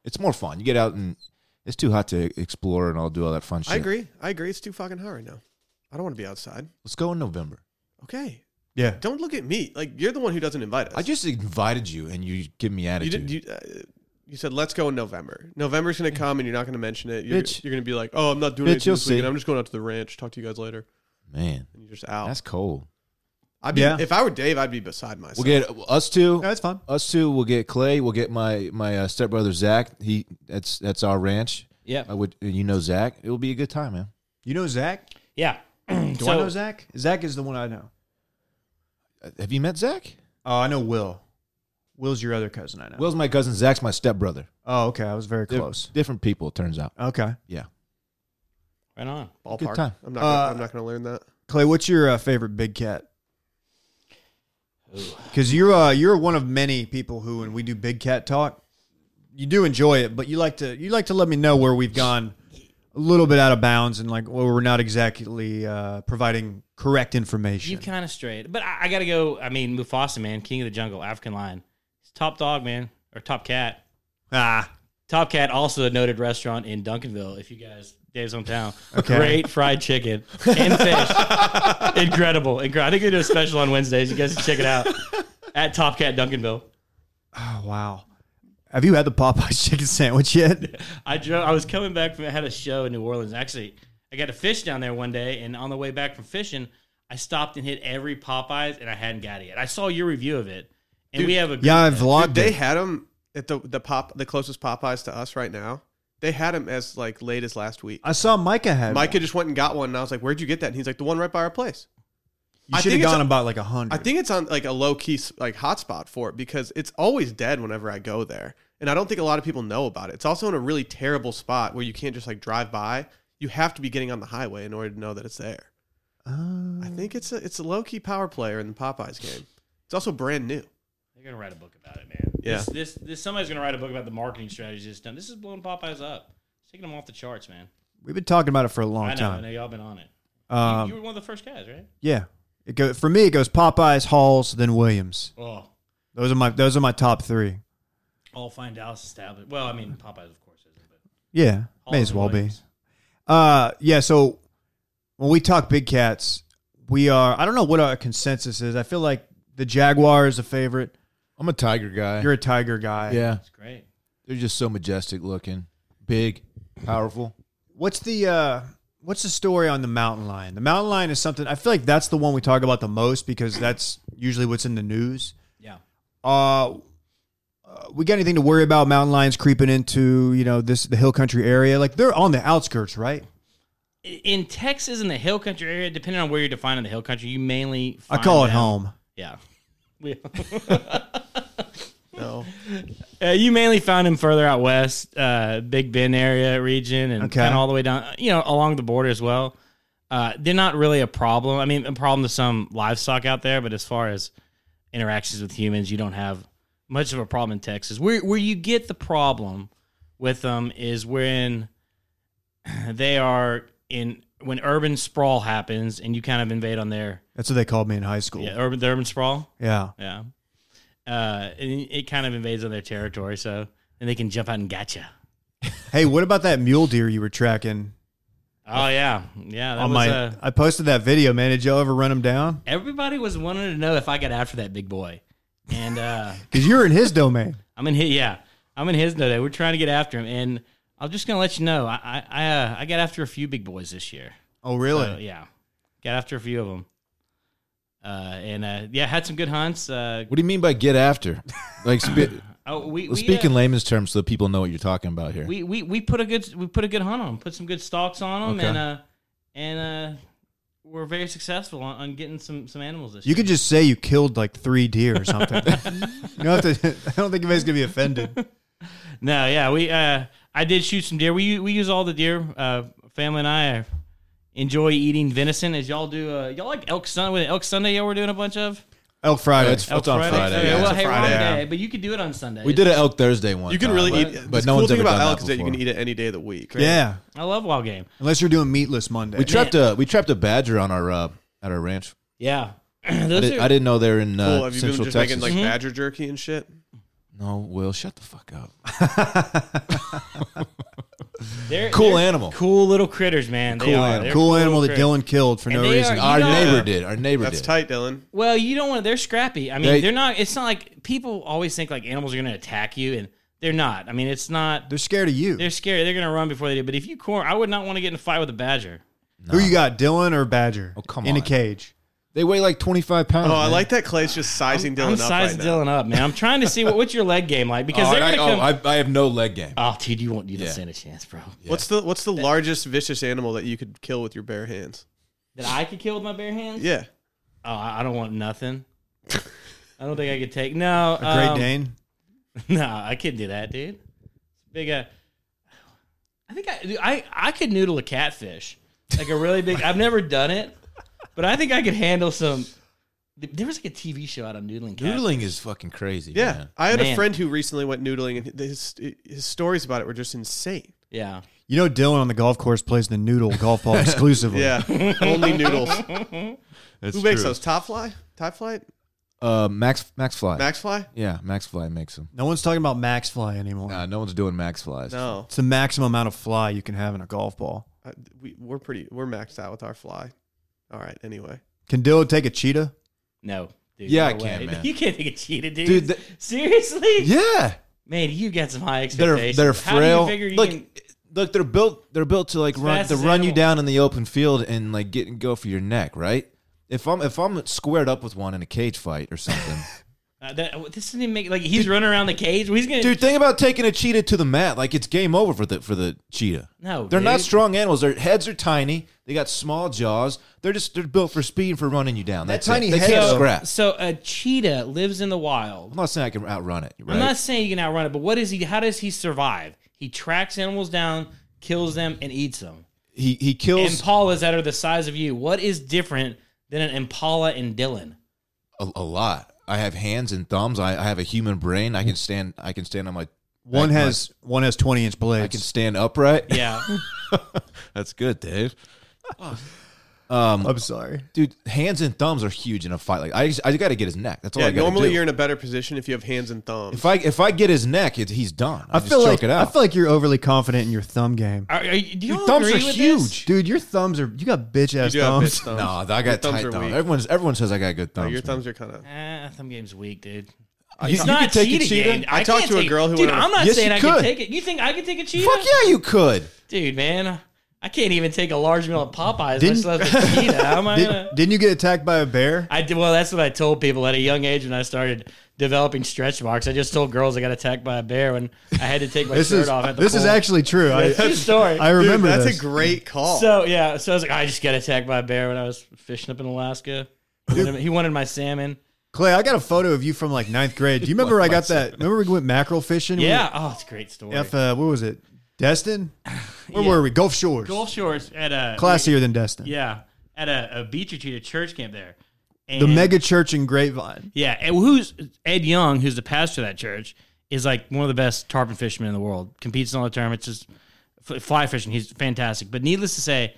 S3: It's more fun. You get out and it's too hot to explore and all do all that fun shit.
S1: I agree. I agree. It's too fucking hot right now. I don't want to be outside.
S3: Let's go in November.
S1: Okay.
S2: yeah.
S1: Don't look at me. Like you're the one who doesn't invite us.
S3: I just invited you and you give me
S1: you
S3: attitude.
S1: did. You, uh, you said let's go in November. November's gonna come and you're not gonna mention it. You're,
S3: Bitch.
S1: you're gonna be like, oh, I'm not doing
S3: Bitch,
S1: anything
S3: you'll
S1: this weekend.
S3: see.
S1: I'm just going out to the ranch. Talk to you guys later.
S3: Man,
S1: And you're just out.
S3: that's cold.
S1: I'd be
S2: Yeah.
S1: if I were Dave, I'd be beside myself.
S3: We'll get us two.
S2: Yeah, that's fun.
S3: Us two. We'll get Clay. We'll get my my uh, stepbrother Zach. He that's that's our ranch.
S4: Yeah.
S2: Oh.
S3: I would you know Zach. It will be a good time, man.
S2: You know Zach?
S4: Yeah.
S2: Do I know Zach? Zach is the one I know.
S3: Uh, Have you met Zach?
S2: Oh, I know Will. Will's your other cousin. I know.
S3: Will's my cousin. Zach's my stepbrother.
S2: Oh, okay. I was very
S3: They're
S2: close.
S3: different people. It turns out.
S2: Okay.
S3: Yeah.
S4: Right on.
S1: ballpark.
S3: Good time.
S1: I'm not. Gonna,
S2: Uh,
S1: I'm not gonna learn that.
S2: Clay, what's your uh, favorite big cat? Because you're uh, you're one of many people who, when we do big cat talk, you do enjoy it, but you like to you like to let me know where we've gone a little bit out of bounds and like where we're not exactly uh, providing correct information.
S4: You kind of strayed. But I, I got to go. I mean, Mufasa, man. King of the jungle. African lion. He's top dog, man. Or top cat.
S2: ah,
S4: Top Cat, also a noted restaurant in Duncanville, if you guys, Dave's hometown.
S2: Okay.
S4: Great fried chicken and fish. Incredible. Incredible. I think they do a special on Wednesdays. You guys can check it out at Top Cat Duncanville.
S2: oh, wow. Have you had the Popeyes chicken sandwich yet?
S4: I drove. I was coming back from. I had a show in New Orleans. Actually, I got to fish down there one day, and on the way back from fishing, I stopped and hit every Popeyes, and I hadn't got it yet. I saw your review of it, and we have a
S2: Yeah, I vlogged
S1: They
S2: it.
S1: had them at the the pop the closest Popeyes to us right now. They had him as like late as last week.
S2: I saw Micah had.
S1: Micah just went and got one, and I was like, "Where'd you get that?" And he's like, "The one right by our place."
S2: you
S1: I
S2: should have
S1: think it's
S2: gone
S1: a-
S2: about like a
S1: I
S2: hundred.
S1: think it's on like a low key s- like hotspot for it because it's always dead whenever I go there, and I don't think a lot of people know about it. It's also in a really terrible spot where you can't just like drive by. You have to be getting on the highway in order to know that it's there.
S2: Uh,
S1: I
S4: Mm.
S1: think it's a it's a low key power player in the Popeyes game. It's also brand new.
S4: They're gonna write a book about it, man.
S1: Yeah.
S4: This, this, this somebody's gonna write a book about the marketing strategies it's done. This is blowing Popeyes up. It's taking them off the charts, man.
S2: We've been talking about it for a long
S4: I know. I
S2: time.
S4: know y'all been on it.
S2: Um,
S4: you were one of the first guys, right?
S2: yeah, it go, for me it goes Popeyes, Halls, then Williams.
S4: Oh,
S2: Those are my those are my top three.
S4: all fine Dallas established. Well, I mean Popeyes, of course, isn't. But
S2: Yeah, may
S4: Halls
S2: as
S4: and
S2: well
S4: Williams.
S2: be. Uh, yeah. So when we talk big cats, we are. I don't know what our consensus is. I feel like the Jaguar is a favorite.
S3: I'm a tiger guy.
S2: You're a Tiger guy.
S3: yeah,
S4: It's great.
S3: they're just so majestic looking, big, powerful.
S2: What's the uh what's the story on the mountain lion? The mountain lion is something I feel like that's the one we talk about the most because that's usually what's in the news.
S4: Yeah.
S2: Uh, uh, we got anything to worry about mountain lions creeping into, you know, this the hill country area? Like they're on the outskirts, right?
S4: I- In Texas, in the hill country area, depending on where you're defining the hill country, you mainly.
S2: I
S4: find
S2: call it
S4: them-
S2: home.
S4: Yeah. We-
S1: No,
S4: Uh, you mainly found him further out west, uh, Big Bend area region, and
S2: Okay.
S4: kind of all the way down, you know, along the border as well. Uh, they're not really a problem. I mean, a problem to some livestock out there, but as far as interactions with humans, you don't have much of a problem in Texas. Where where you get the problem with them is when they are in when urban sprawl happens, and you kind of invade on their
S2: That's what they called me in high school.
S4: yeah,
S2: Yeah.
S4: urban the urban sprawl. Yeah. Uh, and it kind of invades on their territory, so and they can jump out and gotcha.
S2: Hey, what about that mule deer you were tracking
S4: Oh yeah, yeah. That
S2: on
S4: was,
S2: my?
S4: uh,
S2: I posted that video, man. Did y'all ever run him down?
S4: everybody was wanting to know if I got after that big boy, and uh,
S2: Because you're in his domain.
S4: I'm in his. Yeah, I'm in his today. We're trying to get after him, and I'm just gonna let you know, I I I, uh, I got after a few big boys this year.
S2: Oh, really?
S4: So, yeah, got after a few of them. Uh, and uh, yeah, had some good hunts. Uh,
S3: What do you mean by get after? Like, spe-
S4: oh, we, we
S3: well, speak in
S4: uh,
S3: layman's terms so that people know what you're talking about here.
S4: we, we we put a good we put a good hunt on 'em, put some good stalks on them,
S3: Okay.
S4: and uh and uh we're very successful on, on getting some some animals this
S2: You
S4: year.
S2: could just say you killed like three deer or something. you don't have to. I don't think anybody's gonna be offended.
S4: No, yeah, we uh I did shoot some deer. We u- we use all the deer. Uh, family and I enjoy eating venison as y'all do. Uh, y'all like elk Sunday? Elk Sunday, y'all were doing a bunch of.
S2: Elk Friday.
S3: That's-
S4: Elk
S3: It's on Friday,
S4: Okay,
S3: yeah.
S4: well,
S3: It's a
S4: hey, wrong
S1: Friday,
S4: day,
S2: yeah.
S4: but you could do it on Sunday.
S3: We did an elk Thursday one.
S1: you can
S3: time,
S1: really
S3: but-
S1: eat. Uh, the
S3: but no
S1: cool
S3: one's
S1: thing
S3: ever
S1: about
S3: done
S1: elk is that you
S3: before.
S1: can eat it any day of the week.
S2: yeah,
S4: I love wild game.
S2: unless you're doing meatless Monday.
S3: We trapped a we trapped a badger on our uh, at our ranch.
S4: Yeah,
S3: I,
S4: those
S3: did,
S4: are,
S3: I didn't know they're in uh,
S1: Cool. Have you been
S3: Central
S1: just
S3: Texas.
S1: making like badger jerky and shit?
S3: no, Will, shut the fuck up.
S4: they're-
S3: Cool
S4: they're
S3: animal.
S4: Cool little critters, man. They
S3: Cool
S4: are.
S3: animal.
S4: They're
S2: cool animal that
S4: little critters.
S2: Dylan killed for
S4: And
S2: no
S4: they
S2: reason.
S4: are-
S3: Our
S4: You know-
S3: neighbor did. Our neighbor
S1: That's
S3: did.
S1: tight, Dylan.
S4: Well, you don't want. They're scrappy. I mean,
S3: They-
S4: they, are not. It's not like people always think like animals are going to attack you, and they're not. I mean, it's not.
S2: They're scared of you.
S4: They're scary. They're going to run before they do. But if you corn, I would not want to get in a fight with a badger.
S2: Who you got, Dylan or Badger? Oh
S3: come
S2: in a
S3: on.
S2: cage.
S3: They weigh like 25 pounds.
S1: Oh, I
S3: man.
S1: like that Clay's just sizing Dylan
S4: I'm
S1: up
S4: sizing
S1: right now.
S4: Dylan up, man. I'm trying to see what, what's your leg game like because
S3: Oh,
S4: they're
S3: and I,
S4: going to come.
S3: oh, I, I have no leg game.
S4: oh, dude, you won't do this
S3: Yeah.
S4: in a chance, bro.
S1: What's the what's the largest vicious animal that you could kill with your bare hands?
S4: That I could kill with my bare hands.
S1: Yeah.
S4: Oh, I I don't want nothing. I don't think I could take no.
S2: A Great
S4: um,
S2: Dane.
S4: No, I couldn't do that, dude. Big. Uh, I think I, dude, I I could noodle a catfish, like a really big. I've never done it, but I think I could handle some. There was like a TV show out on noodling. Catfish.
S3: Noodling is fucking crazy.
S1: Yeah.
S3: man.
S1: I had a
S4: Man.
S1: friend who recently went noodling and his his stories about it were just insane.
S4: Yeah.
S2: You know Dylan on the golf course plays the noodle golf ball exclusively.
S1: Yeah. Only noodles.
S3: That's
S1: Who makes
S3: true.
S1: those? Top fly? Top flight?
S3: Uh, Max Max Fly.
S1: Max fly?
S3: Yeah, Max Fly makes them.
S2: No one's talking about max fly anymore.
S3: Nah, no one's doing Max Flies.
S1: No.
S2: It's the maximum amount of fly you can have in a golf ball.
S1: I, we, we're pretty we're maxed out with our fly. All right, anyway.
S2: Can Dylan take a cheetah?
S4: No. Dude,
S3: Yeah, I
S4: no
S3: can,
S4: way.
S3: man.
S4: You can't think of cheetah, dude.
S3: Dude, the-
S4: Seriously,
S3: Yeah,
S4: man, you got some high
S3: they're
S4: expectations.
S3: they're
S4: How do you
S3: frail.
S4: figure you
S3: look,
S4: can-
S3: look, they're built they're built to like run
S4: fast
S3: to
S4: as
S3: run you
S4: animal.
S3: down in the open field and like get and go for your neck, right? If I'm if I'm squared up with one in a cage fight or something,
S4: Uh, that, this doesn't even make like he's running around the cage. He's gonna
S3: Dude, think about taking a cheetah to the mat. Like it's game over for the for the cheetah.
S4: No,
S3: they're not
S4: dude.
S3: strong animals. Their heads are tiny. They got small jaws. They're just they're built for speed and for running you down. That's
S2: tiny
S3: it. They
S2: head
S3: can't
S2: though-
S3: scrap.
S4: So a cheetah lives in the wild.
S3: I'm not saying I can outrun it. Right?
S4: I'm not saying you can outrun it, but what is he? How does he survive? He tracks animals down, kills them, and eats them.
S3: he he kills
S4: Impalas that are the size of you. What is different than an impala and Dylan?
S3: a, a lot. I have hands and thumbs. I, I have a human brain. I can stand. I can stand on my.
S2: One
S3: I-
S2: has one has twenty inch
S3: I can
S2: blades.
S3: stand upright.
S4: Yeah,
S3: That's good, Dave.
S2: I'm sorry.
S3: Dude, hands and thumbs are huge in a fight. Like I, just, I got to get his neck. That's all
S1: yeah,
S3: I got to do.
S1: normally you're in a better position if you have hands and thumbs.
S3: If I if I get his neck, it, he's done. I,
S2: I
S3: just
S2: feel
S3: choke
S2: like
S3: it out.
S2: I feel like you're overly confident in your thumb game.
S4: Are- are you- do you
S3: Your
S4: all
S3: thumbs
S4: agree
S3: are
S4: with
S3: huge.
S4: this?
S2: Dude, your thumbs are you got bitch
S1: you
S2: ass
S1: do have
S2: thumbs.
S1: bitch
S2: Oh,
S1: thumbs.
S3: No, I
S1: Your
S3: got tight thumbs.
S1: weak.
S3: Everyone's everyone says I got good thumbs.
S1: Your
S3: man.
S1: thumbs are kind of.
S4: Ah, thumb game's weak, dude.
S3: you-
S4: It's
S3: you
S4: not
S3: could take a
S4: cheetah.
S3: cheetah?
S4: game.
S1: I talked
S4: can't
S1: to a
S4: take-
S1: girl who
S4: Dude,
S1: went on-
S4: I'm not
S3: Yes,
S4: saying
S3: you
S4: I can
S3: could.
S4: take it. You think I can take a cheetah?
S3: Fuck yeah, you could.
S4: dude, man. I can't even take a large meal at Popeyes,
S2: Didn't-
S4: much less a cheetah. How am I gonna?
S2: Did, not you get attacked by a bear?
S4: I did, well, that's what I told people at a young age when I started developing stretch marks. I just told girls I got attacked by a bear when I had to take my
S2: This
S4: shirt
S2: is
S4: off at the
S2: this is
S4: pool.
S2: actually true. I,
S4: True story.
S2: I
S1: Dude,
S2: remember
S1: that's
S2: this.
S1: a great call.
S4: so yeah, so I was like, I just got attacked by a bear when I was fishing up in Alaska. He wanted, he wanted my salmon.
S2: Clay, I got a photo of you from like ninth grade. Do you remember I got that? Remember we went mackerel fishing? We
S4: Yeah, oh, it's a great story.
S2: were F, uh, what was it? Destin? Where
S4: Yeah.
S2: were we? Gulf Shores.
S4: Golf shorts at a
S2: Classier than Destin.
S4: Yeah, at a, a beach retreat, a church camp there. And
S2: The mega church in Grapevine.
S4: Yeah, and who's Ed Young, who's the pastor of that church, is like one of the best tarpon fishermen in the world. Competes in all the tournaments, just f- fly fishing. He's fantastic. But needless to say,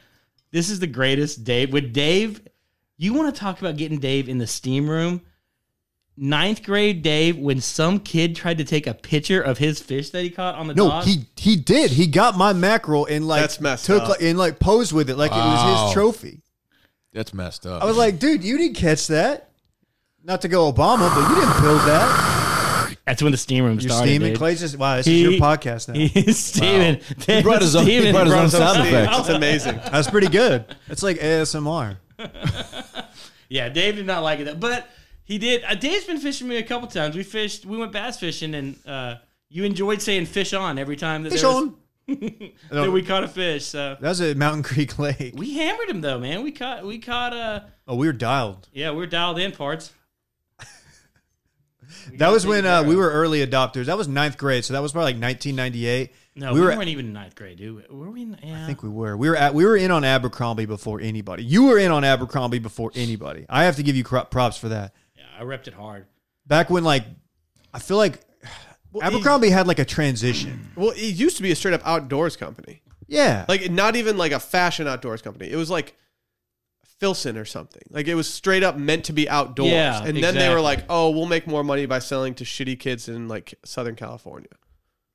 S4: this is the greatest Dave. With Dave, you want to talk about getting Dave in the steam room? Ninth grade Dave, when some kid tried to take a picture of his fish that he caught on the
S2: No,
S4: dock.
S2: he he did. He got my mackerel and like
S1: That's messed
S2: took
S1: up.
S2: like and like posed with it like it was
S3: Wow.
S2: his trophy.
S3: That's messed up.
S2: I was like, dude, you didn't catch that. Not to go Obama, but you didn't build that.
S4: that's when the steam room
S2: You're
S4: started.
S2: steaming.
S4: dude.
S2: Clay's just wow. This
S4: He-
S2: is your podcast now.
S4: He's steaming. He
S3: brought his own- he brought his own sound effects.
S1: It's amazing.
S2: That's pretty good. It's like ASMR.
S4: Yeah, Dave did not like it, but he did. Uh, Dave's been fishing me a couple times. We fished. We went bass fishing, and uh, you enjoyed saying "fish on" every time that,
S2: Fish
S4: there was-
S2: on.
S4: that we caught a fish. So
S2: That was at Mountain Creek Lake.
S4: we hammered him though, man. We caught. We caught. Uh,
S2: Oh, we were dialed.
S4: yeah, we are dialed in parts.
S2: That was when uh,
S4: zero.
S2: we were early adopters. That was ninth grade, so that was probably like 1998.
S4: No,
S2: we,
S4: we,
S2: were.
S4: weren't even in ninth grade, dude. Were we? In, yeah.
S2: I think we were. We were at. We were in on Abercrombie before anybody. You were in on Abercrombie before anybody. I have to give you cro- props for that.
S4: yeah, I repped it hard.
S2: Back when, like, I feel like Abercrombie had like a transition.
S1: Well, it used to be a straight up outdoors company.
S2: Yeah,
S1: Like not even like a fashion outdoors company. It was like Filson or something. Like it was straight up meant to be outdoors.
S4: Yeah,
S1: and then they were
S4: exactly.
S1: like, "Oh, we'll make more money by selling to shitty kids in like Southern California."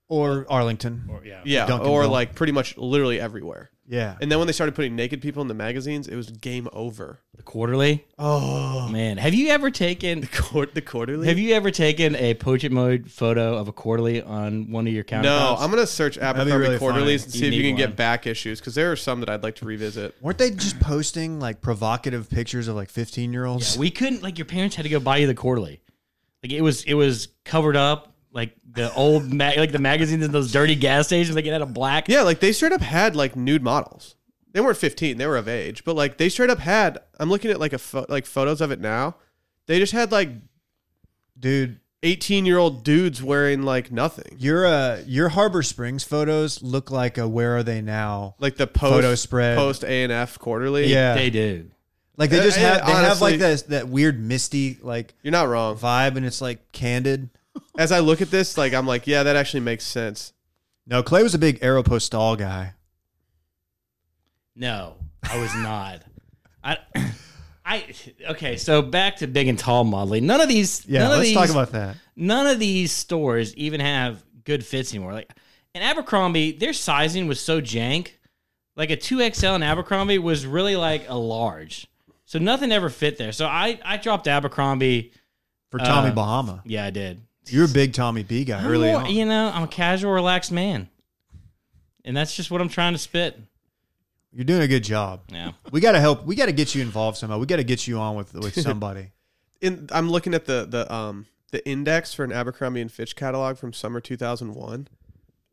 S2: or Arlington.
S4: Or, yeah.
S1: Yeah,
S2: Duncanville.
S1: or like pretty much literally everywhere.
S2: yeah,
S1: And then when they started putting naked people in the magazines, it was game over.
S4: The quarterly. Oh man, have you ever taken?
S1: Court the quarterly.
S4: Have you ever taken a poaching mode photo of a quarterly on one of your
S1: no,
S4: countertops?
S1: I'm gonna search Abercrombie
S2: really
S1: quarterlies
S2: funny.
S1: and
S4: You
S1: see if you
S4: need
S1: can
S4: one.
S1: get back issues because there are some that I'd like to revisit.
S2: weren't they just posting like provocative pictures of like 15 year olds?
S4: We couldn't like your parents had to go buy you the quarterly. Like it was it was covered up like the old ma- like the magazines in those dirty gas stations like it had a black
S1: Yeah, like they straight up had like nude models. They weren't 15, they were of age, but like they straight up had I'm looking at like a pho- like photos of it now. They just had like
S2: Dude,
S1: 18-year-old dudes wearing like nothing.
S2: your uh, your Harbor Springs photos look like a where are they now?
S1: Like the post
S2: Photo spread.
S1: post A&F quarterly.
S2: Yeah.
S4: they do.
S2: Like they just
S1: Yeah,
S2: have they have like
S1: honestly-
S2: that that weird misty like
S1: You're not wrong.
S2: vibe, and it's like candid.
S1: As I look at this, like I'm like, yeah, that actually makes sense.
S2: No, Clay was a big Aeropostale guy.
S4: No, I was not. I I okay, so back to big and tall modeling. None of these
S2: Yeah,
S4: none of
S2: let's
S4: these,
S2: talk about that.
S4: none of these stores even have good fits anymore. Like in Abercrombie, their sizing was so jank. Like a 2XL in Abercrombie was really like a large. So nothing ever fit there. So I I dropped Abercrombie.
S2: For Tommy
S4: Uh,
S2: Bahama,
S4: Yeah, I did.
S2: you're a big Tommy B guy.
S4: I'm
S2: Early
S4: more-
S2: on.
S4: You know, I'm a casual, relaxed man, and that's just what I'm trying to spit.
S2: you're doing a good job.
S4: Yeah,
S2: We gotta help. We gotta get you involved somehow. We gotta get you on with with somebody.
S1: In I'm looking at the the um the index for an Abercrombie and Fitch catalog from summer 2001.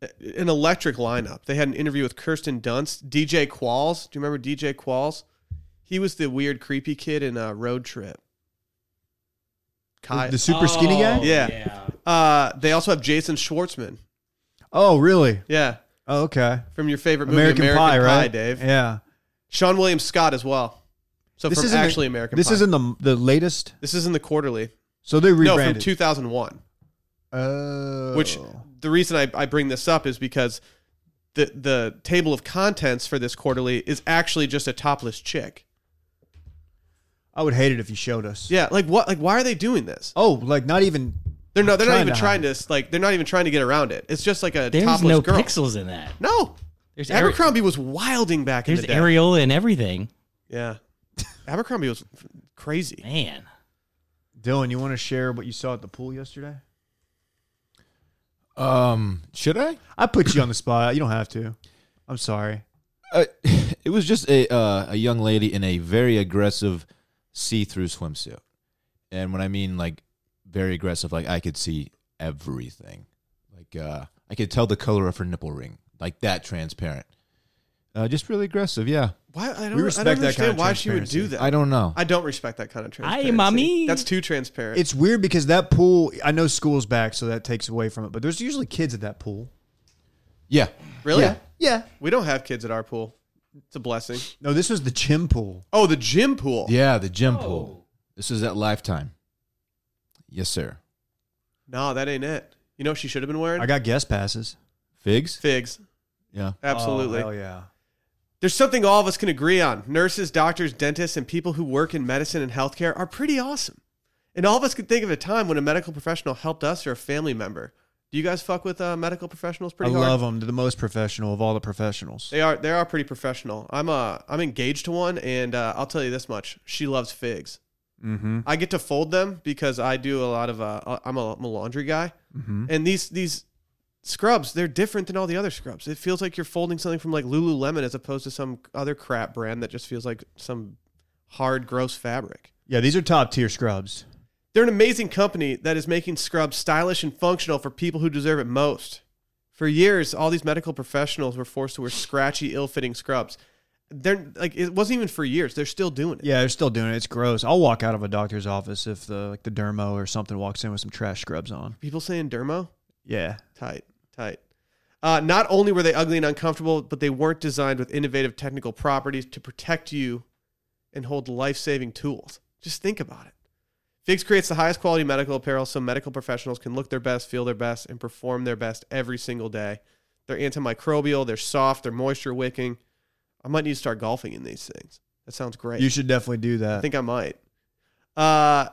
S1: A- An electric lineup. They had an interview with Kirsten Dunst, DJ Qualls. Do you remember DJ Qualls? He was the weird, creepy kid in uh, Road Trip. Kyle.
S2: the super skinny guy.
S4: Oh,
S1: Yeah.
S4: yeah.
S1: Uh, they also have Jason Schwartzman.
S2: Oh, really?
S1: Yeah,
S2: Oh, okay.
S1: from your favorite movie,
S2: American, Pie, right?
S1: Dave.
S2: Yeah.
S1: Sean William Scott as well. So
S2: This
S1: from
S2: isn't the-
S1: actually American
S2: This
S1: Pie.
S2: isn't the the latest.
S1: this isn't the quarterly.
S2: So they
S1: No, from
S2: rebranded.
S1: 2001.
S2: oh.
S1: Which the reason I, I bring this up is because the the table of contents for this quarterly is actually just a topless chick.
S2: I would hate it if you showed us.
S1: Yeah, like what? Like why are they doing this?
S2: Oh, like not even.
S1: They're not. They're not
S2: Trying
S1: even
S2: to
S1: trying to like. They're not even trying to get around it. It's just like a
S4: There's
S1: topless
S4: no
S1: girl.
S4: pixels in that.
S1: No,
S4: There's are-
S1: Abercrombie was wilding back in
S4: There's
S1: the day.
S4: areola and everything.
S1: yeah, Abercrombie was f- crazy.
S4: Man.
S2: Dylan, you want to share what you saw at the pool yesterday?
S3: Um, should I?
S2: I put you on the spot. You don't have to. I'm sorry.
S3: Uh, it was just a uh, a young lady in a very aggressive see-through swimsuit, and when I mean like very aggressive, like I could see everything, like uh, I could tell the color of her nipple ring, like that transparent. Uh, just really aggressive, yeah.
S1: Why I don't,
S2: We
S1: I
S2: respect
S1: don't
S2: that
S1: understand
S2: kind of
S1: why she would do
S2: transparency.
S1: that.
S3: I don't know.
S1: I don't respect that kind of transparency.
S4: mommy.
S1: That's too transparent.
S2: It's weird because that pool. I know school's back, so that takes away from it. But there's usually kids at that pool.
S3: yeah,
S1: really?
S3: Yeah.
S2: Yeah.
S1: We don't have kids at our pool. It's a blessing.
S2: No, this was the gym pool.
S1: Oh, the gym pool.
S3: yeah. The gym
S1: Oh.
S3: pool. This is at Lifetime. Yes, sir.
S1: No, that ain't it. You know what she should have been wearing?
S2: I got guest passes.
S3: Figs.
S1: Figs.
S3: Yeah.
S1: Absolutely.
S2: Oh hell yeah.
S1: There's something all of us can agree on. Nurses, doctors, dentists, and people who work in medicine and healthcare are pretty awesome. And all of us can think of a time when a medical professional helped us or a family member. Do you guys fuck with uh, medical professionals pretty
S2: I
S1: hard?
S2: love them. They're the most professional of all the professionals.
S1: They are they are pretty professional. I'm uh I'm engaged to one, and uh, I'll tell you this much: she loves figs.
S2: Mm-hmm.
S1: I get to fold them because I do a lot of uh, I'm a, I'm a laundry guy,
S2: Mm-hmm.
S1: and these these scrubs they're different than all the other scrubs. It feels like you're folding something from like Lululemon as opposed to some other crap brand that just feels like some hard, gross fabric.
S2: Yeah, these are top tier scrubs.
S1: They're an amazing company that is making scrubs stylish and functional for people who deserve it most. For years, all these medical professionals were forced to wear scratchy, ill-fitting scrubs. They're like it wasn't even for years. They're still doing it.
S2: Yeah, they're still doing it. It's gross. I'll walk out of a doctor's office if the like the dermo or something walks in with some trash scrubs on.
S1: People saying dermo.
S2: Yeah.
S1: Tight, tight. Uh, not only were they ugly and uncomfortable, but they weren't designed with innovative technical properties to protect you and hold life saving tools. Just think about it. Figs creates the highest quality medical apparel so medical professionals can look their best, feel their best, and perform their best every single day. They're antimicrobial, they're soft, they're moisture wicking. I might need to start golfing in these things. That sounds great.
S2: You should definitely do that.
S1: I think I might. Uh,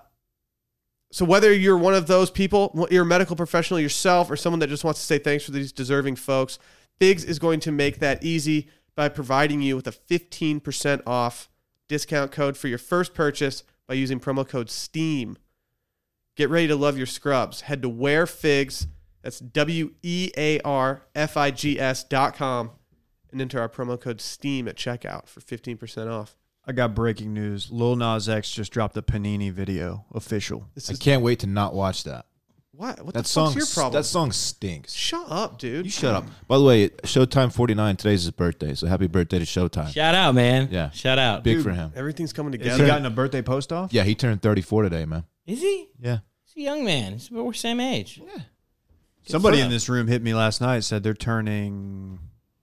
S1: so whether you're one of those people, you're a medical professional yourself, or someone that just wants to say thanks for these deserving folks, Figs is going to make that easy by providing you with a 15% off discount code for your first purchase by using promo code STEAM. Get ready to love your scrubs. Head to Wear Figs. That's W E A R F I G S dot com, and enter our promo code STEAM at checkout for 15% off.
S2: I got breaking news. Lil Nas X just dropped the Panini video official.
S1: This
S3: I
S1: is
S3: can't wait to not watch that.
S1: What? What
S3: That
S1: the
S3: song.
S1: fuck's your
S3: s-
S1: problem?
S3: That song stinks.
S1: Shut up, dude.
S3: You shut up. By the way, Showtime 49, today's his birthday, so happy birthday to Showtime.
S4: Shout out, man.
S3: Yeah.
S4: Shout out.
S3: Big for him.
S1: Everything's coming
S2: Has
S1: together.
S2: he gotten a birthday post off?
S3: Yeah, he turned 34 today, man.
S4: Is he?
S3: Yeah.
S4: He's a young man. He's we're same age.
S2: Somebody
S4: for
S2: in
S4: him.
S2: this room hit me last night. Said they're turning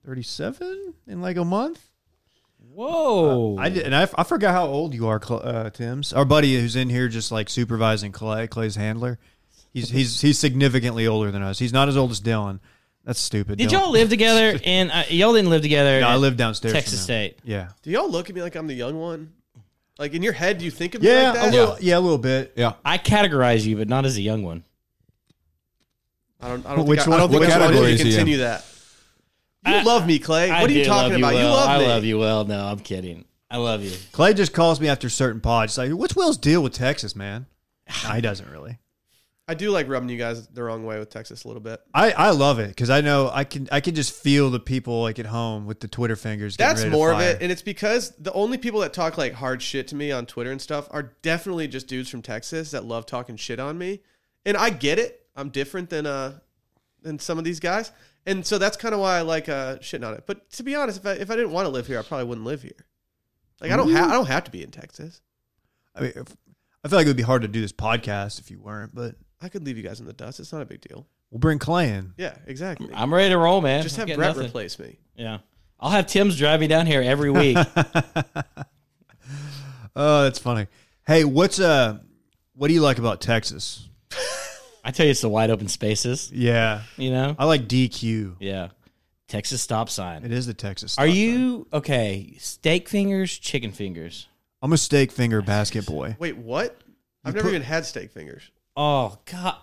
S2: thirty-seven in like a month.
S4: Whoa.
S2: I did, and I, f- I forgot how old you are, Cl- uh, Tim's. Our buddy who's in here just like supervising Clay, Clay's handler. He's he's he's significantly older than us. He's not as old as Dylan. That's stupid.
S4: Did
S2: Dylan.
S4: y'all live together? And uh, y'all didn't live together.
S2: No, I
S4: at
S2: live downstairs. from
S4: Texas
S2: them.
S4: State.
S2: Yeah.
S1: Do y'all look at me like I'm the young one? Like in your head, do you think of me
S2: Yeah,
S1: like that?
S2: a little, yeah, a little bit.
S3: Yeah.
S4: I categorize you, but not as a young one.
S1: I don't. I don't
S2: Which
S1: think. I, I
S2: one-
S1: don't think
S3: what
S1: I
S3: category
S1: want
S3: is
S1: to
S3: he in?
S1: continue that. You
S4: I-
S1: love me, Clay.
S4: I
S1: What are you
S4: do
S1: talking
S4: love
S1: about? You,
S4: well.
S1: love
S4: I
S1: me.
S4: love you well. No, I'm kidding. I love you.
S2: Clay just calls me after certain pods. He's like, what's Will's deal with Texas, man? No, he doesn't really.
S1: I do like rubbing you guys the wrong way with Texas a little bit.
S2: I, I love it because I know I can I can just feel the people like at home with the Twitter fingers. getting
S1: That's
S2: ready to
S1: more of
S2: fire.
S1: it, and it's because the only people that talk like hard shit to me on Twitter and stuff are definitely just dudes from Texas that love talking shit on me. and I get it. I'm different than uh than some of these guys, and so that's kind of why I like uh shitting on it. But to be honest, if I if I didn't want to live here, I probably wouldn't live here. Like I don't have I don't have to be in Texas.
S2: I mean, if, I feel like it would be hard to do this podcast if you weren't, but
S1: I could leave you guys in the dust. It's not a big deal.
S2: we'll bring Clay in.
S1: Yeah, exactly.
S4: I'm ready to roll, man.
S1: Just
S4: I'm
S1: have
S4: getting
S1: Brett
S4: nothing.
S1: replace me.
S4: Yeah. I'll have Tim's drive me down here every week.
S2: Oh, that's funny. Hey, what's uh, what do you like about Texas?
S4: I tell you, it's the wide open spaces.
S2: Yeah,
S4: You know.
S2: I like DQ.
S4: Yeah. Texas stop sign.
S2: Uh, It is the Texas.
S4: Are
S2: stop sign.
S4: you okay? Steak fingers, chicken fingers.
S2: I'm a steak finger basket boy.
S1: Wait, what? I've never even had steak fingers.
S4: Oh God,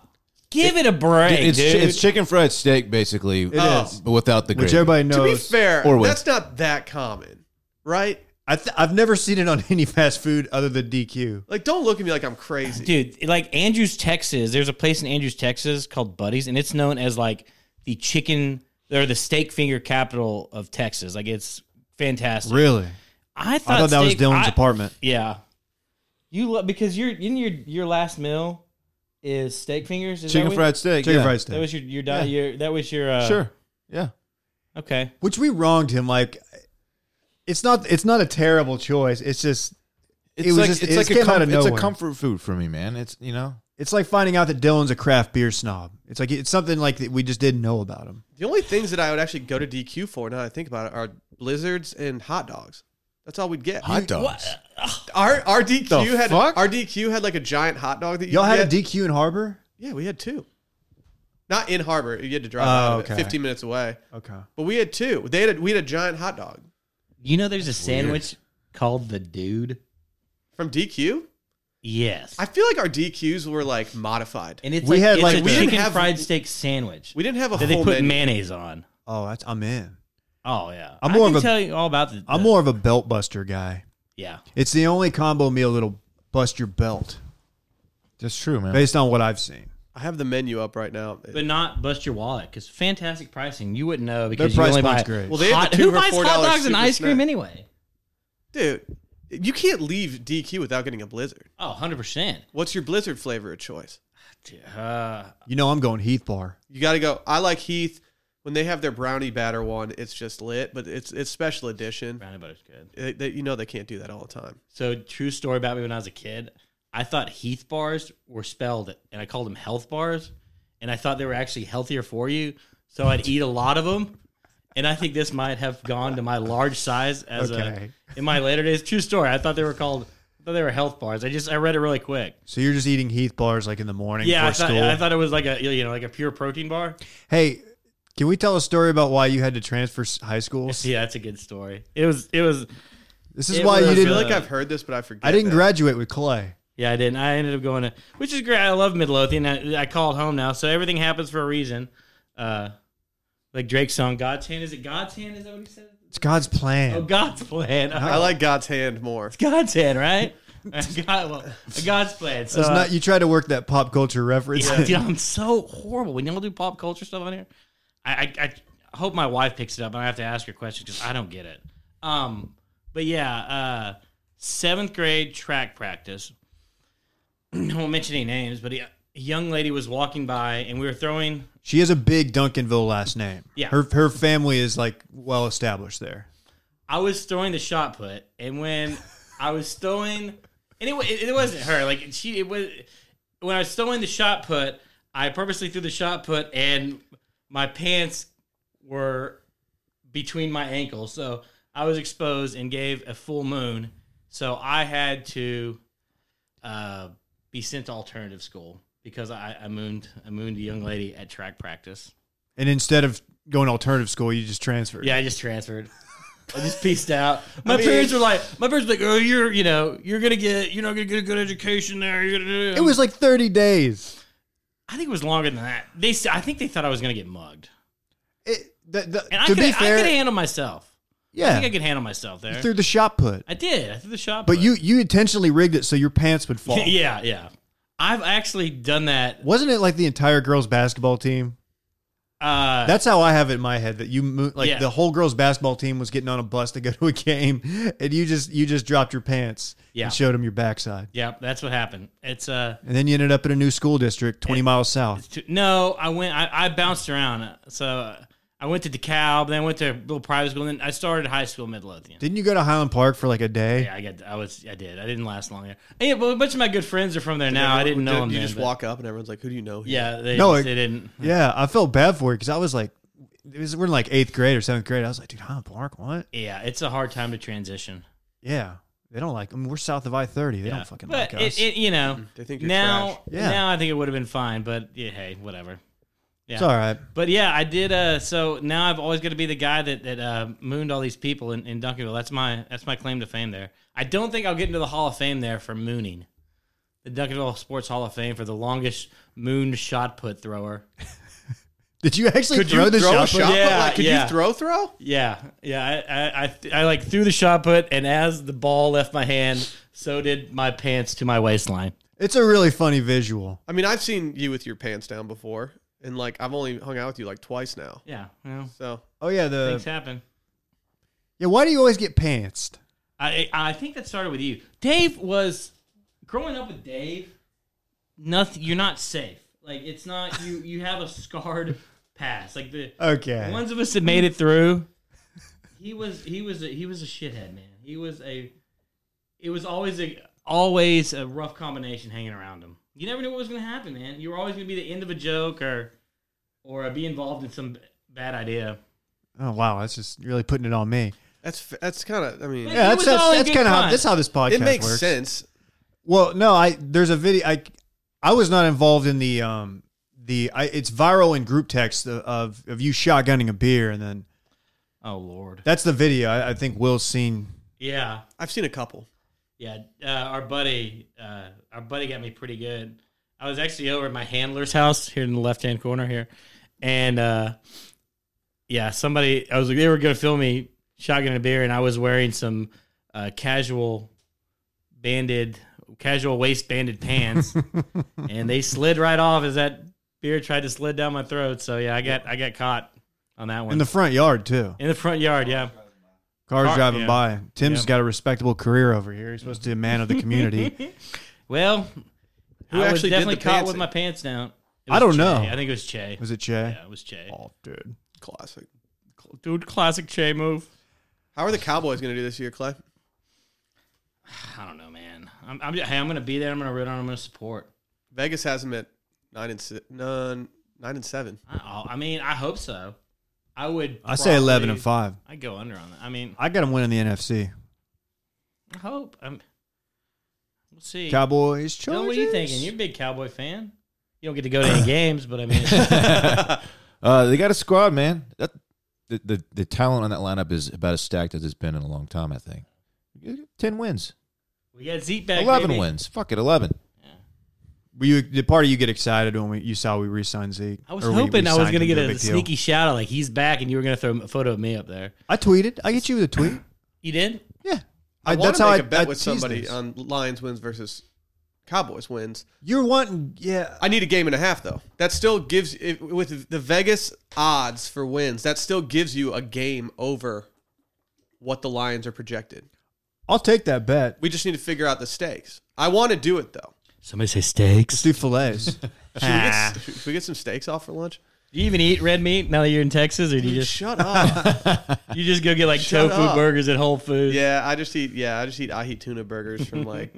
S4: give it, a break,
S3: it's
S4: dude.
S3: it's chicken fried steak basically,
S1: Oh.
S2: is.
S3: but without the
S2: Which
S3: gravy.
S2: everybody knows.
S1: To be fair,
S3: Or with-
S1: that's not that common, right?
S2: I th- I've never seen it on any fast food other than DQ.
S1: Like, don't look at me like I'm crazy.
S4: dude. Like Andrews, Texas. There's a place in Andrews, Texas called Buddies, and it's known as like the chicken or the steak finger capital of Texas. Like it's fantastic.
S2: Really?
S4: I thought,
S2: I thought that was
S4: steak-
S2: Dylan's
S4: I-
S2: apartment.
S4: Yeah, you love because your in your your last meal is steak fingers. Is
S3: chicken
S4: that what-
S3: fried steak.
S2: Chicken
S3: yeah.
S2: fried
S4: That
S2: steak.
S4: was your your diet. Your, that was your uh,
S3: Sure. Yeah.
S4: Okay.
S2: Which we wronged him. Like, it's not. It's not a terrible choice. It's just.
S3: It's
S2: was
S3: like
S2: just-
S3: it's
S2: it
S3: like
S2: just
S3: a
S2: came out
S3: com-
S2: of
S3: it's a
S2: nowhere.
S3: comfort food for me, man. It's you know.
S2: It's like finding out that Dylan's a craft beer snob. It's like it's something like that we just didn't know about him.
S1: The only things that I would actually go to DQ for now that I think about it are blizzards and hot dogs. That's all we'd get.
S3: Hot dogs.
S1: Our our DQ
S3: The
S1: had
S3: fuck?
S1: our DQ had like a giant hot dog that you
S2: Y'all
S1: could
S2: had a
S1: get.
S2: DQ in Harbor.
S1: Yeah, we had two. Not in Harbor. You had to drive
S2: Oh,
S1: out of it,
S2: okay.
S1: 15 minutes away.
S2: Okay.
S1: But we had two. They had a, we had a giant hot dog
S4: You know, there's a sandwich called the Dude.
S1: from DQ.
S4: Yes.
S1: I feel like our DQs were like modified.
S4: and it's
S2: We
S4: like,
S2: had,
S4: it's
S2: like,
S4: a
S2: we didn't
S4: chicken
S1: have-
S4: fried steak sandwich
S1: We didn't have a
S4: that they
S1: whole
S4: put
S1: menu.
S4: mayonnaise on.
S2: Oh, that's I'm in.
S4: Oh yeah,
S2: I'm
S4: I
S2: more
S4: can
S2: of a-
S4: tell you all about the.
S2: I'm
S4: the-
S2: more of a belt buster guy.
S4: yeah.
S2: It's the only combo meal that'll bust your belt,
S3: That's true, man.
S2: based on what I've seen.
S1: I have the menu up right now.
S4: But not bust your wallet because fantastic pricing. You wouldn't know because
S2: price
S4: you only
S2: point's
S4: buy
S2: great.
S1: Well,
S4: Well,
S1: they
S4: they
S1: have
S4: hot,
S1: the two
S4: who
S1: for
S4: buys hot
S1: $4
S4: dogs and
S1: super
S4: ice cream
S1: snack.
S4: anyway?
S1: Dude, you can't leave DQ without getting a blizzard.
S4: Oh, 100 percent.
S1: What's your blizzard flavor of choice?
S4: Uh,
S2: You know, I'm going Heath Bar.
S1: You got to go. I like Heath when they have their brownie batter one. It's just lit, but it's it's special edition.
S4: brownie butter's good.
S1: They, they- you know they can't do that all the time.
S4: So true story about me when I was a kid. I thought Heath bars were spelled, and I called them health bars, and I thought they were actually healthier for you. So I'd eat a lot of them, and I think this might have gone to my large size as
S2: Okay.
S4: a in my later days. True story. I thought they were called. I thought they were health bars. I just I read it really quick.
S2: So you're just eating Heath Bars like in the morning before
S4: Yeah, I thought,
S2: school.
S4: I thought it was like a you know like a pure protein bar.
S2: hey, can we tell a story about why you had to transfer s- high school?
S4: Yeah, that's a good story. It was it was
S2: This is
S4: It
S2: why
S4: was,
S2: you
S1: I
S2: didn't.
S1: feel
S4: uh,
S1: like I've heard this, but I forget.
S2: I didn't
S1: that.
S2: graduate with Clay.
S4: Yeah, I didn't. I ended up going to, which is great. I love Midlothian. I, I called home now, so everything happens for a reason. Uh, like Drake's song, God's hand. Is it God's hand? Is that what he said?
S2: It's God's plan.
S4: Oh, God's plan.
S2: Uh-huh.
S1: I like God's hand more.
S4: God's hand, right? God, well, God's plan. So,
S2: It's
S4: uh,
S2: not. You try to work that pop culture reference.
S4: yeah, dude, I'm so horrible when y'all do pop culture stuff on here. I, I, I hope my wife picks it up, and I have to ask her questions because I don't get it. Um, but yeah, uh, seventh grade track practice. I won't mention any names, but a a young lady was walking by, and we were throwing.
S2: She has a big Duncanville last name.
S4: Yeah.
S2: Her her family is like well established there.
S4: I was throwing the shot put, and when I was throwing, and it, wa- it, it wasn't her. Like she, it was when I was throwing the shot put. I purposely threw the shot put, and my pants were between my ankles, so I was exposed and gave a full moon. So I had to uh, be sent to alternative school because I, I mooned I mooned a young lady at track practice.
S2: And instead of going alternative school, you just transferred.
S4: Yeah, I just transferred. I just pieced out. My
S1: I mean-
S4: parents were like, my parents were like, oh, you're, you know, you're gonna get, you're not gonna get a good education there. You're gonna do.
S2: It was like thirty days.
S4: I think it was longer than that. They, s- I think they thought I was gonna get mugged.
S2: It, the, the,
S4: And I
S2: to
S4: could,
S2: be fair,
S4: I could handle myself. I think I
S2: yeah,
S4: could handle myself there.
S2: through the shot put.
S4: I did. I threw the shot.
S2: But
S4: put.
S2: you you intentionally rigged it so your pants would fall.
S4: yeah, yeah. I've actually done that.
S2: Wasn't it like the entire girls basketball team?
S4: Uh,
S2: That's how I have it in my head that you mo- like
S4: Yeah.
S2: the whole girls basketball team was getting on a bus to go to a game, and you just you just dropped your pants
S4: Yeah.
S2: and showed them your backside,
S4: yeah, that's what happened. It's uh,
S2: and then you ended up in a new school district twenty miles south.
S4: to, no, I went, I, I bounced around. So uh, I went to DeKalb, then I went to a little private school, and then I started high school in Midlothian.
S2: Didn't you go to Highland Park for like a day?
S4: yeah, I got, I was, I did. I didn't last long there. And yeah, but a bunch of my good friends are from there now. I didn't know them.
S1: You
S4: then,
S1: just
S4: but-
S1: walk up and everyone's like, "Who do you know?" here?"
S4: Yeah, they,
S2: No,
S4: just-
S2: it-
S4: they didn't.
S2: Yeah, I felt bad for it because I was like, it was- we're in like eighth grade or seventh grade. I was like, dude, Highland Park, what?
S4: Yeah, it's a hard time to transition.
S2: Yeah, they don't like. I mean, we're south of I thirty. They
S4: Yeah.
S2: don't fucking
S4: but
S2: like us.
S4: It, it, you know,
S1: Mm, They think you're
S4: now,
S1: trash.
S2: Yeah.
S4: now I think it would have been fine. But yeah, hey, whatever.
S2: It's all right.
S4: But yeah, I did. Uh, so now I've always got to be the guy that that uh, mooned all these people in, in Duncanville. That's my that's my claim to fame there. I don't think I'll get into the Hall of Fame there for mooning. The Duncanville Sports Hall of Fame for the longest mooned shot put thrower.
S2: Did you actually
S1: Could
S2: throw
S1: you
S2: the
S1: throw
S2: shot?
S1: a shot?
S2: put?
S1: put?
S4: Yeah,
S1: like, could
S4: yeah.
S1: you throw throw?
S4: Yeah, yeah. I I, I, th- I like threw the shot put, and as the ball left my hand, so did my pants to my waistline.
S2: It's a really funny visual.
S1: I mean, I've seen you with your pants down before, and like I've only hung out with you like twice now.
S4: Yeah, well,
S1: So
S2: Oh yeah, the
S4: things happen.
S2: yeah. Why do you always get pantsed?
S4: I I think that started with you. Dave was growing up with Dave. Nothing. You're not safe. Like it's not you. You have a scarred past. Like the
S2: Okay.
S4: ones of us that made it through. He was he was a, he was a shithead man. He was a. It was always a always a rough combination hanging around him. You never knew what was going to happen, man. You were always going to be the end of a joke or, or be involved in some bad idea.
S2: oh wow, that's just really putting it on me.
S1: that's that's kind of. I mean,
S4: Yeah,
S2: Yeah,
S4: It
S2: that's
S4: was all in
S2: that's, that's
S4: good
S2: kind of how
S4: fun.
S2: that's how this podcast
S1: it makes
S2: works.
S1: sense.
S2: Well, no, I there's a video. I I was not involved in the um the I, it's viral in group text of of you shotgunning a beer and then
S4: Oh Lord.
S2: that's the video. I, I think Will's seen.
S4: Yeah.
S1: I've seen a couple.
S4: Yeah, uh, our buddy, uh, our buddy got me pretty good. I was actually over at my handler's house here in the left hand corner here, and uh, yeah, somebody I was they were gonna film me shotgun a beer, and I was wearing some uh, casual banded, casual waist banded pants, and they slid right off as that beer tried to slid down my throat. So yeah, I got I got caught on that one
S2: In the front yard too.
S4: in the front yard. Yeah,
S2: Cars
S4: Car-
S2: driving
S4: yeah.
S2: by. Tim's
S4: Yep.
S2: got a respectable career over here. He's supposed to be a man of the community.
S4: well,
S1: Who
S4: I was
S1: actually did
S4: definitely
S1: the
S4: caught with
S1: pantsing?
S4: my pants down. It
S2: I
S4: was
S2: don't
S4: Che.
S2: know.
S4: I think it was Che.
S2: Was it Che?
S4: Yeah, it was Che.
S2: Oh, dude.
S1: Classic.
S4: Dude, classic Che move.
S1: How are the Cowboys going to do this year, Clay?
S4: I don't know, man. I'm, I'm hey, I'm gonna be there. I'm gonna root on. I'm gonna support.
S1: Vegas has them at nine and si- none, nine and seven.
S4: I, I'll- I mean, I hope so. I would.
S2: I say eleven and
S4: probably-
S2: five.
S4: I go under on that. I mean,
S2: I got him winning the NFC.
S4: I hope. I'm, we'll see.
S2: Cowboys. Chargers.
S4: Dylan, what are you thinking? You're a big Cowboy fan. You don't get to go to any games, but I mean,
S3: uh, they got a squad, man. That the, the the talent on that lineup is about as stacked as it's been in a long time. I think ten wins,
S4: we got Zeke back.
S3: eleven
S4: baby.
S3: wins. Fuck it, eleven.
S2: Were you the part of you get excited when we, you saw we re-signed Zeke?
S4: I was
S2: Or we- we
S4: hoping I was
S2: signed
S4: going to
S2: him
S4: get
S2: a
S4: a
S2: big deal.
S4: sneaky shout out like he's back, and you were going to throw a photo of me up there.
S2: I tweeted. I get you with a tweet.
S4: You did?
S2: Yeah,
S1: I, want to make a bet with
S2: teased
S1: somebody uh,
S2: this.
S1: on Lions wins versus Cowboys wins.
S2: You're wanting, yeah.
S1: I need a game and a half though. That still gives if, with the Vegas odds for wins. That still gives you a game over what the Lions are projected.
S2: I'll take that bet.
S1: We just need to figure out the stakes. I want to do it though.
S4: Somebody say steaks.
S2: Let's do fillets.
S1: Should, we,
S4: Ah.
S1: get, should we get some steaks off for lunch?
S4: Do you even eat red meat now that you're in Texas, or do you
S1: Dude,
S4: just
S1: shut up.
S4: You just go get like
S1: Shut
S4: tofu
S1: up.
S4: burgers at Whole Foods.
S1: yeah, I just eat. Yeah, I just eat. I eat tuna burgers from like.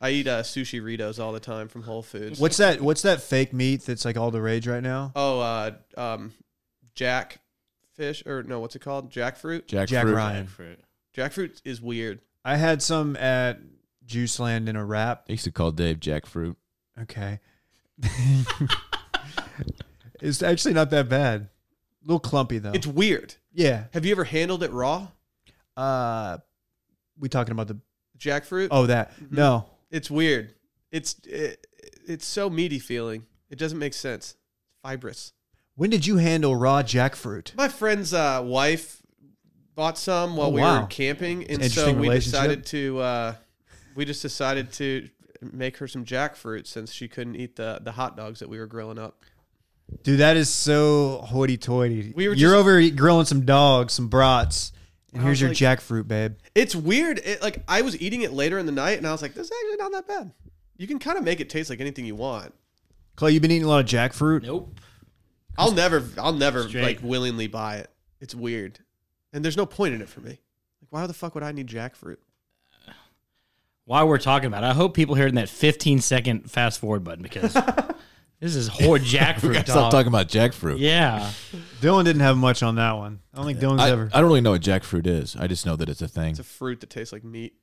S1: I eat uh, sushi Ritos all the time from Whole Foods.
S2: what's that? What's that fake meat that's like all the rage right now?
S1: Oh, uh, um, Jack fish or no? What's it called? Jackfruit.
S3: Jack,
S2: Jack
S3: Fruit.
S2: Ryan.
S1: Jackfruit is weird.
S2: I had some at Juiceland in a wrap.
S3: They used to call Dave Jack Fruit.
S2: Okay, it's actually not that bad. A little clumpy though.
S1: It's weird.
S2: yeah.
S1: Have you ever handled it raw?
S2: Uh, we talking about the?
S1: Jackfruit.
S2: Oh, that no.
S1: It's weird. It's it, it's so meaty feeling. It doesn't make sense. Fibrous.
S2: When did you handle raw jackfruit?
S1: My friend's uh, wife bought some while
S2: Oh,
S1: we
S2: wow.
S1: were camping, and so
S2: Interesting
S1: we
S2: relationship.
S1: decided to uh, we just decided to make her some jackfruit since she couldn't eat the the hot dogs that we were grilling up.
S2: Dude, that is so hoity-toity.
S1: We were
S2: You're
S1: just-
S2: over grilling some dogs, some brats, and here's your
S1: like-
S2: jackfruit, babe.
S1: It's weird. It, like I was eating it later in the night, and I was like, "This is actually not that bad." You can kind of make it taste like anything you want.
S2: Clay, you've been eating a lot of jackfruit.
S4: Nope.
S1: I'll never, I'll never
S4: Straight.
S1: like willingly buy it. It's weird, and there's no point in it for me. Like, why the fuck would I need jackfruit?
S4: While we're talking about it, I hope people hearing that 15 second fast forward button because this is whore jackfruit.
S3: Stop
S4: dog.
S3: talking about jackfruit.
S4: Yeah.
S2: Dylan didn't have much on that one. I don't think Dylan's
S3: I,
S2: ever.
S3: I don't really know what jackfruit is. I just know that it's a thing.
S1: It's a fruit that tastes like meat.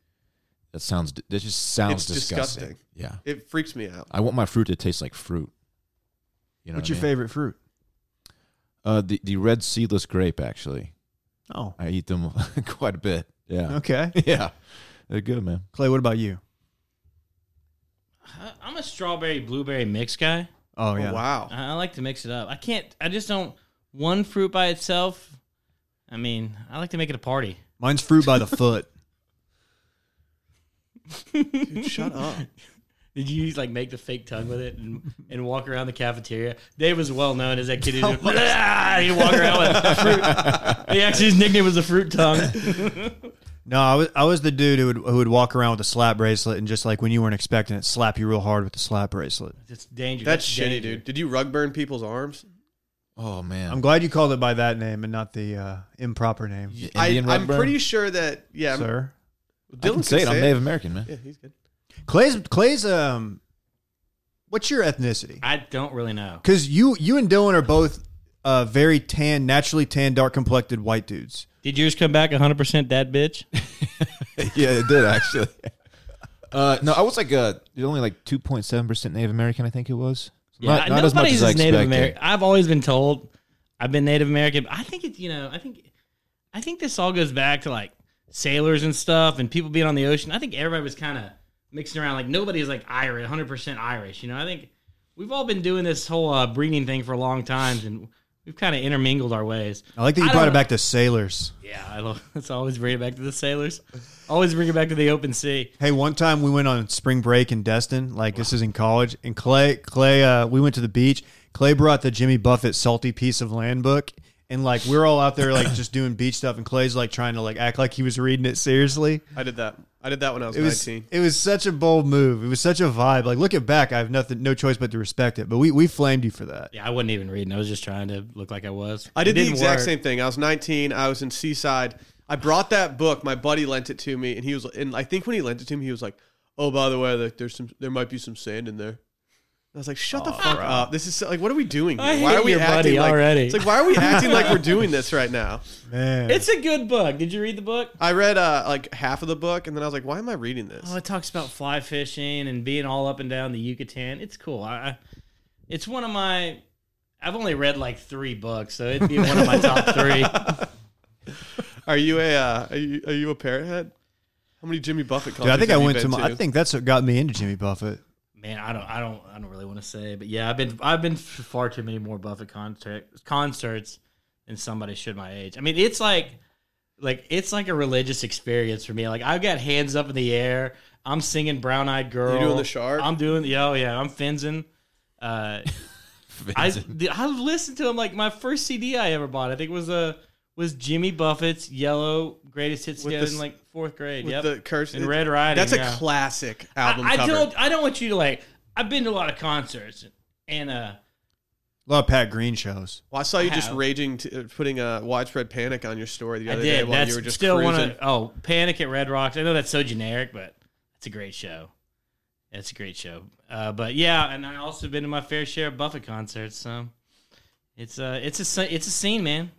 S3: that sounds. That just sounds
S1: It's
S3: disgusting.
S1: disgusting.
S3: Yeah.
S1: It freaks me out.
S3: I want my fruit to taste like fruit. You know
S2: What's
S3: what
S2: your
S3: I mean?
S2: favorite fruit?
S3: Uh, the the red seedless grape. Actually,
S2: Oh,
S3: I eat them quite a bit. Yeah.
S2: okay.
S3: Yeah. They're good, man.
S2: Clay, what about you?
S4: I- I'm a strawberry blueberry mix guy.
S2: Oh
S1: Oh,
S2: yeah.
S1: wow.
S4: I I like to mix it up. I can't. I just don't. One fruit by itself. I mean, I like to make it a party.
S2: Mine's fruit by the foot.
S1: Dude, shut up.
S4: Did you like make the fake tongue with it and, and walk around the cafeteria? Dave was well known as that kid who did- "Blah!" he'd walk around with fruit. He actually his nickname was the fruit tongue.
S2: No, I was I was the dude who would who would walk around with a slap bracelet and just like when you weren't expecting it, slap you real hard with the slap bracelet.
S4: It's dangerous.
S1: That's shitty,
S4: danger.
S1: dude. Did you rug burn people's arms?
S3: Oh man.
S2: I'm glad you called it by that name and not the uh, improper name,
S1: I,
S3: Indian
S1: I'm
S3: rug burn?
S1: pretty sure that. Yeah, I'm-
S2: sir.
S1: Dylan
S3: I can say it. I'm
S1: say
S3: Native American, man.
S1: Yeah, he's good.
S2: Clay's Clay's um, what's your ethnicity?
S4: I don't really know.
S2: Because you you and Dylan are both uh, very tan, naturally tan, dark complected white dudes.
S4: Did yours come back 100 percent that bitch?
S3: yeah, it did actually. Uh, no, I was like uh, only like two point seven percent Native American. I think it was. not, not as much as I expected.
S4: Native American. I've always been told I've been Native American. but I think it's you know I think I think this all goes back to like sailors and stuff and people being on the ocean. I think everybody was kind of mixing around. Like nobody's like Irish, hundred percent Irish. You know, I think we've all been doing this whole uh, breeding thing for a long time and we've kind of intermingled our ways.
S3: Oh.
S2: I like that you
S4: I
S2: brought it
S4: don't-
S2: back to sailors.
S4: Yeah, I love. Let's always bring it back to the sailors. Always bring it back to the open sea.
S2: Hey, one time we went on spring break in Destin, like this is in college, and Clay, Clay, uh, we went to the beach. Clay brought the Jimmy Buffett salty piece of land book, and like we're all out there like just doing beach stuff, and Clay's like trying to like act like he was reading it seriously.
S1: I did that. I did that when I was,
S2: It was
S1: 19.
S2: it was such a bold move. It was such a vibe. Like looking back, I have nothing, no choice but to respect it. But we we flamed you for that.
S4: Yeah, I wasn't even reading. I was just trying to look like I was.
S1: I did
S4: It
S1: the
S4: didn't
S1: exact
S4: work.
S1: same thing. I was 19. I was in Seaside. I brought that book. My buddy lent it to me, and he was, and I think when he lent it to me, he was like, "Oh, by the way, like there's some, there might be some sand in there." And I was like, "Shut the fuck up! This is so- like, what are we doing? Here?
S4: I
S1: why
S4: hate
S1: are we
S4: your
S1: acting
S4: buddy
S1: like?
S4: already.
S1: It's like, why are we acting like we're doing this right now?"
S2: Man,
S4: It's a good book. Did you read the book?
S1: I read uh, like half of the book, and then I was like, "Why am I reading this?"
S4: Oh, it talks about fly fishing and being all up and down the Yucatan. It's cool. I, I it's one of my. I've only read like three books, so it'd be one of my top three.
S1: Are you a, uh, are you, are you a parrot head? How many Jimmy Buffett?
S2: dude, I
S1: concerts
S2: think I
S1: have you
S2: went to.
S1: been
S2: My, I think that's what got me into Jimmy Buffett.
S4: Man, I don't, I don't, I don't really want to say, but yeah, I've been, I've been to far too many more Buffett concert, concerts than somebody should my age. I mean, it's like, like it's like a religious experience for me. Like I've got hands up in the air, I'm singing Brown Eyed Girl,
S1: doing the shark?
S4: I'm doing, yeah, oh yeah, I'm finzing. Uh, I, the- I listened to him like my first CD I ever bought. I think was a was Jimmy Buffett's Yellow Greatest Hits
S1: With
S4: together
S1: the
S4: in
S1: s-
S4: like fourth grade.
S1: with
S4: Yep,
S1: the curse
S4: in Red Riding.
S1: That's a
S4: yeah.
S1: classic
S4: I-
S1: album.
S4: I,
S1: cover.
S4: don't. I don't want you to like. I've been to a lot of concerts, and uh,
S2: A lot of Pat Green shows.
S1: Well, I saw you just
S4: How?
S1: raging, t- uh, putting a widespread panic on your story the
S4: I
S1: other day
S4: did.
S1: while
S4: That's
S1: you were just
S4: still
S1: cruising.
S4: one of. Oh, Panic at Red Rocks. I know that's so generic, but it's a great show. It's a great show. Uh, but yeah, and I also been to my fair share of Buffett concerts. So it's a it's a sce- it's a scene, man.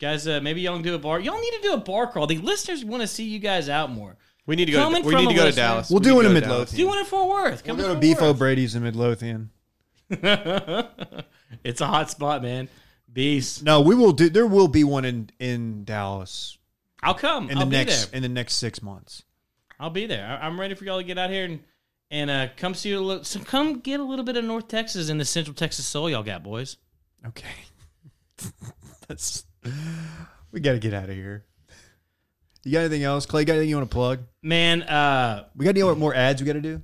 S4: Guys, uh, maybe y'all can do a bar. Y'all need to do a bar crawl. The listeners want to see you guys out more.
S1: we need to go.
S4: Coming
S1: To, we need to
S4: from a
S1: go to
S4: listener.
S1: Dallas.
S2: We'll
S1: We
S2: do
S1: need
S2: it
S1: to
S2: in
S1: go to Dallas.
S2: Midlothian.
S4: Do one in Fort Worth. Come
S2: We'll go to
S4: Fort
S2: Beef
S4: Worth.
S2: O'Brady's in Midlothian.
S4: it's a hot spot, man. Beast.
S2: No, we will do. There will be one in in Dallas
S4: I'll come.
S2: in
S4: I'll
S2: the
S4: be
S2: next
S4: there.
S2: in the next six months.
S4: I'll be there. I- I'm ready for y'all to get out here and and uh, come see a little. So come get a little bit of North Texas and the Central Texas soul y'all got, boys.
S2: Okay, that's we got to get out of here. You got anything else, Clay? Got anything you want to plug?
S4: Man, uh,
S2: We got any more ads we got to do?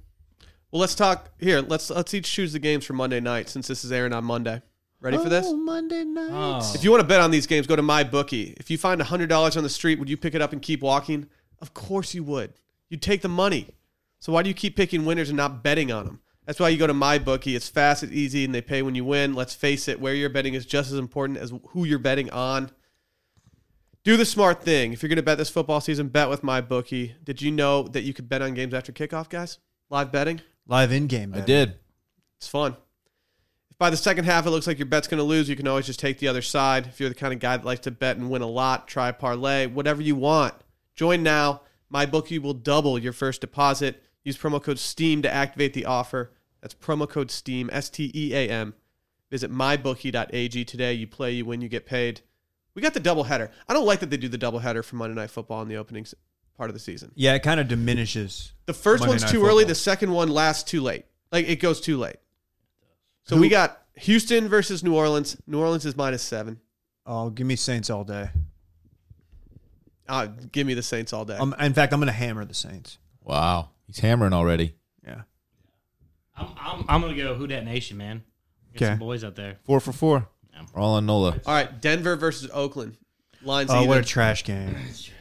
S1: Well, let's talk here. Let's let's each choose the games for Monday night since this is airing on Monday. Ready for this?
S2: Oh, Monday night.
S4: Oh.
S1: If you want to bet on these games, go to my bookie. If you find hundred dollars on the street, would you pick it up and keep walking? Of course you would. You'd take the money. So why do you keep picking winners and not betting on them? That's why you go to my bookie. It's fast, it's easy, and they pay when you win. Let's face it, where you're betting is just as important as who you're betting on. Do the smart thing. If you're going to bet this football season, bet with my bookie. Did you know that you could bet on games after kickoff, guys? Live betting.
S2: Live in game.
S3: I did.
S1: It's fun. If by the second half it looks like your bet's going to lose, you can always just take the other side. If you're the kind of guy that likes to bet and win a lot, try a parlay, whatever you want. Join now. My bookie will double your first deposit. Use promo code STEAM to activate the offer. That's promo code STEAM, S T E A M. Visit mybookie.ag today. You play, you win, you get paid. We got the doubleheader. I don't like that they do the doubleheader for Monday Night Football in the opening s- part of the season.
S2: Yeah, it kind of diminishes.
S1: The first
S2: Monday
S1: one's
S2: Night
S1: too early.
S2: Football.
S1: The second one lasts too late. Like it goes too late. So
S2: Who-
S1: we got Houston versus New Orleans. New Orleans is minus seven.
S2: Oh, give me Saints all day.
S1: Uh, give me the Saints all day.
S2: Um, in fact, I'm going to hammer the Saints.
S3: Wow. He's hammering already.
S2: Yeah.
S4: I'm, I'm, I'm gonna go Who Dat Nation, man. Get
S2: Okay.
S4: some boys out there.
S3: Four for four. We're all on Nola.
S1: all right, Denver versus Oakland. Lines
S2: Oh, what
S1: either.
S2: a Oh. trash game.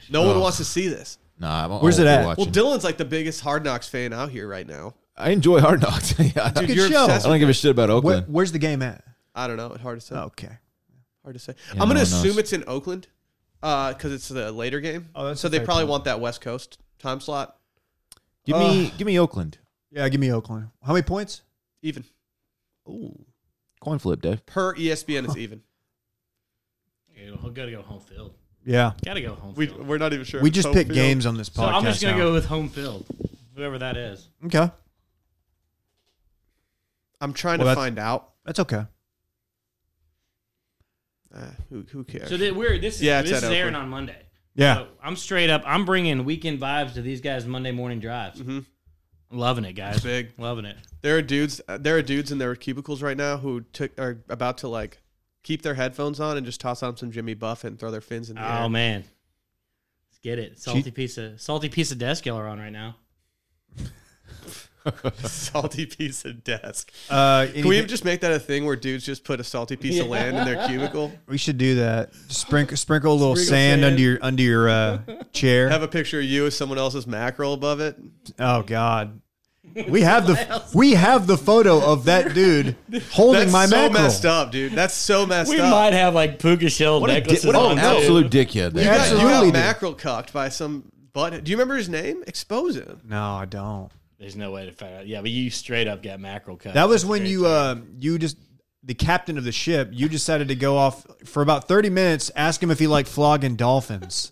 S1: no one
S3: Ugh.
S1: wants to see this.
S3: Nah, I'm, I
S2: Where's
S3: won't
S2: it
S3: be
S2: at?
S1: Well,
S3: watching.
S1: Dylan's like the biggest Hard Knocks fan out here right now.
S3: I enjoy Hard Knocks. Yeah, I
S1: Dude,
S3: don't-
S2: good
S1: you're
S2: show.
S3: I
S1: obsessed.
S3: don't
S1: With,
S3: give a shit about
S2: Where,
S3: Oakland.
S2: where's the game at?
S1: I don't know. It's hard to say.
S2: Okay.
S1: Hard to say.
S3: Yeah,
S1: I'm gonna
S3: no one
S1: assume
S3: knows.
S1: it's in Oakland because it's the later game.
S2: Oh, that's
S1: so
S2: a
S1: they
S2: fair
S1: probably
S2: point.
S1: want that West Coast time slot.
S3: Give me, give me Oakland.
S2: Yeah, give me Oakland. How many points?
S1: Even
S3: Ooh. Coin flip, Dave.
S1: per E ESPN, it's even.
S4: You gotta go home field.
S2: Yeah.
S4: Gotta go home
S1: We,
S4: field.
S1: we're not even sure.
S2: We
S1: if
S2: just
S1: it's home
S2: pick
S1: field.
S2: games on this podcast.
S4: so I'm just gonna
S2: now.
S4: go with home field, whoever that is.
S2: Okay.
S1: I'm trying
S2: Well,
S1: to
S2: that's-
S1: find out.
S2: That's okay.
S1: Uh, who, who cares?
S4: So that we're this is
S1: Yeah, it's
S4: this
S1: at
S4: is airing
S1: Oakland.
S4: on Monday.
S2: Yeah.
S4: So I'm straight up. I'm bringing weekend vibes to these guys Monday morning drives.
S1: Mhm.
S4: Loving it, guys.
S1: big.
S4: Loving it.
S1: There are dudes. uh, There are dudes in their cubicles right now who took are about to like keep their headphones on and just toss on some Jimmy Buffett and throw their fins in the air.
S4: Oh man, let's get it. Salty piece of salty piece of desk y'all are on right now.
S1: Salty piece of desk.
S2: Uh,
S1: Can we
S2: anything-
S1: just make that a thing where dudes just put a salty piece of land in their cubicle?
S2: we should do that. Just sprinkle sprinkle a little
S4: Sprinkle
S2: sand,
S4: sand.
S2: under your under your uh, chair.
S1: Have a picture of you with someone else's mackerel above it.
S2: oh God. We have the we have the photo of that dude holding
S1: That's
S2: my
S1: so
S2: mackerel.
S1: messed up, dude. That's so messed
S4: We
S1: up.
S4: might have like puka shell necklaces
S3: what
S4: on
S3: an
S4: too.
S3: absolute dickhead.
S1: you
S3: There.
S1: got, you got
S2: Absolutely, dude.
S1: mackerel cucked by some butt. Do you remember his name? Expose him.
S2: No, I don't.
S4: There's no way to find out. Yeah, but you straight up got mackerel cut.
S2: That was when you uh, you just the captain of the ship. You decided to go off for about thirty minutes. Ask him if he liked flogging dolphins.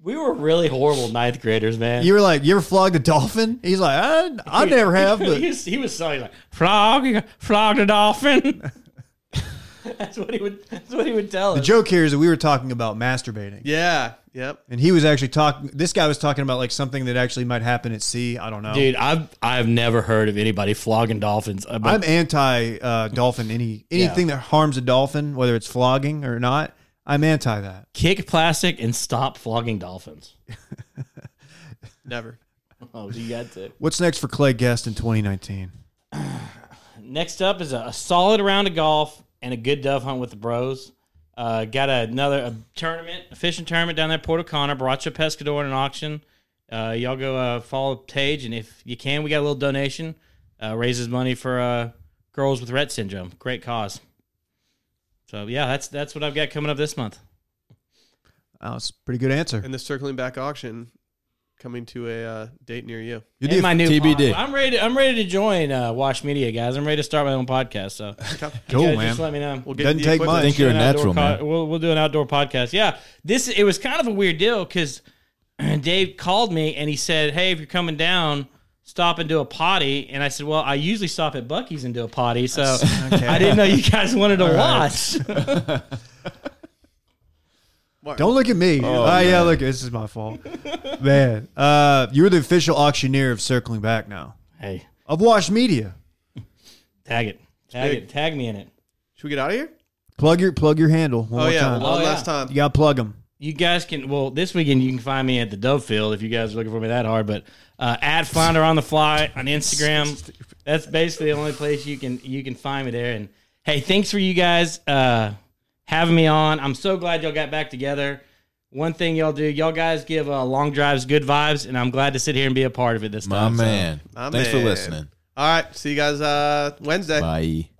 S4: we were really horrible ninth graders, man.
S2: You were like, "You ever flogged a dolphin?" He's like, "I, I never have." But
S4: he, was, he was so he's like flog, flog the dolphin. that's what he would. That's what he would tell
S2: the
S4: us.
S2: joke here is that we were talking about masturbating,
S1: Yeah. Yep.
S2: and he was actually talking. This guy was talking about like something that actually might happen at sea. I don't know.
S4: Dude, I've I've never heard of anybody flogging dolphins. But
S2: I'm anti uh, dolphin. Any anything that harms a dolphin, whether it's flogging or not, I'm anti that.
S4: kick plastic and stop flogging dolphins.
S1: Never.
S4: Oh, you got to.
S2: What's next for Clay Guest in 2019?
S4: Next up is a, a solid round of golf and a good dove hunt with the bros. Uh, got another a tournament, a fishing tournament down there, at Port O'Connor. Brought you a pescador in an auction. Uh, y'all go uh, follow Tage, and if you can, we got a little donation. Uh, raises money for uh, girls with Rett syndrome. Great cause. So yeah, that's that's what I've got coming up this month.
S2: That was a pretty good answer.
S1: And the circling back auction coming to a uh, date near you.
S2: You
S4: And
S2: did
S4: my new
S3: TBD.
S4: pod- I'm ready. To, I'm ready to join uh, Watch Media, guys. I'm ready to start my own podcast. So
S2: cool,
S4: you guys
S2: man.
S4: just let me know.
S1: We'll
S2: Doesn't
S1: the
S2: take
S1: equipment.
S3: I think you're a
S4: an
S3: natural,
S4: outdoor
S3: man.
S4: co- We'll, we'll do an outdoor podcast. Yeah, this it was kind of a weird deal because Dave called me and he said, "Hey, if you're coming down, stop and do a potty." And I said, "Well, I usually stop at Bucky's and do a potty, so I didn't know you guys wanted to watch."
S2: Don't look at me. Oh, yeah, look, this is my fault. Man, uh, you're the official auctioneer of Circling Back now,
S4: hey,
S2: of Wash Media.
S4: tag it, tag
S1: big.
S4: it, tag me in it.
S1: Should we get out of here?
S2: Plug your plug your handle one
S1: Oh
S2: more
S1: yeah,
S2: time.
S1: one
S4: Oh,
S1: last
S4: yeah.
S1: time.
S2: You got to plug them.
S4: you guys can well this weekend you can find me at the Dove Field if you guys are looking for me that hard. But uh, at Finder on the Fly on Instagram, that's basically the only place you can you can find me there. And hey, thanks for you guys uh, having me on. I'm so glad y'all got back together. One thing y'all do, y'all guys give uh, long drives good vibes, and I'm glad to sit here and be a part of it this
S3: My
S4: time. so-
S3: man.
S1: My
S3: Thanks for
S1: man.
S3: listening.
S1: All right. See you guys uh, Wednesday.
S3: Bye.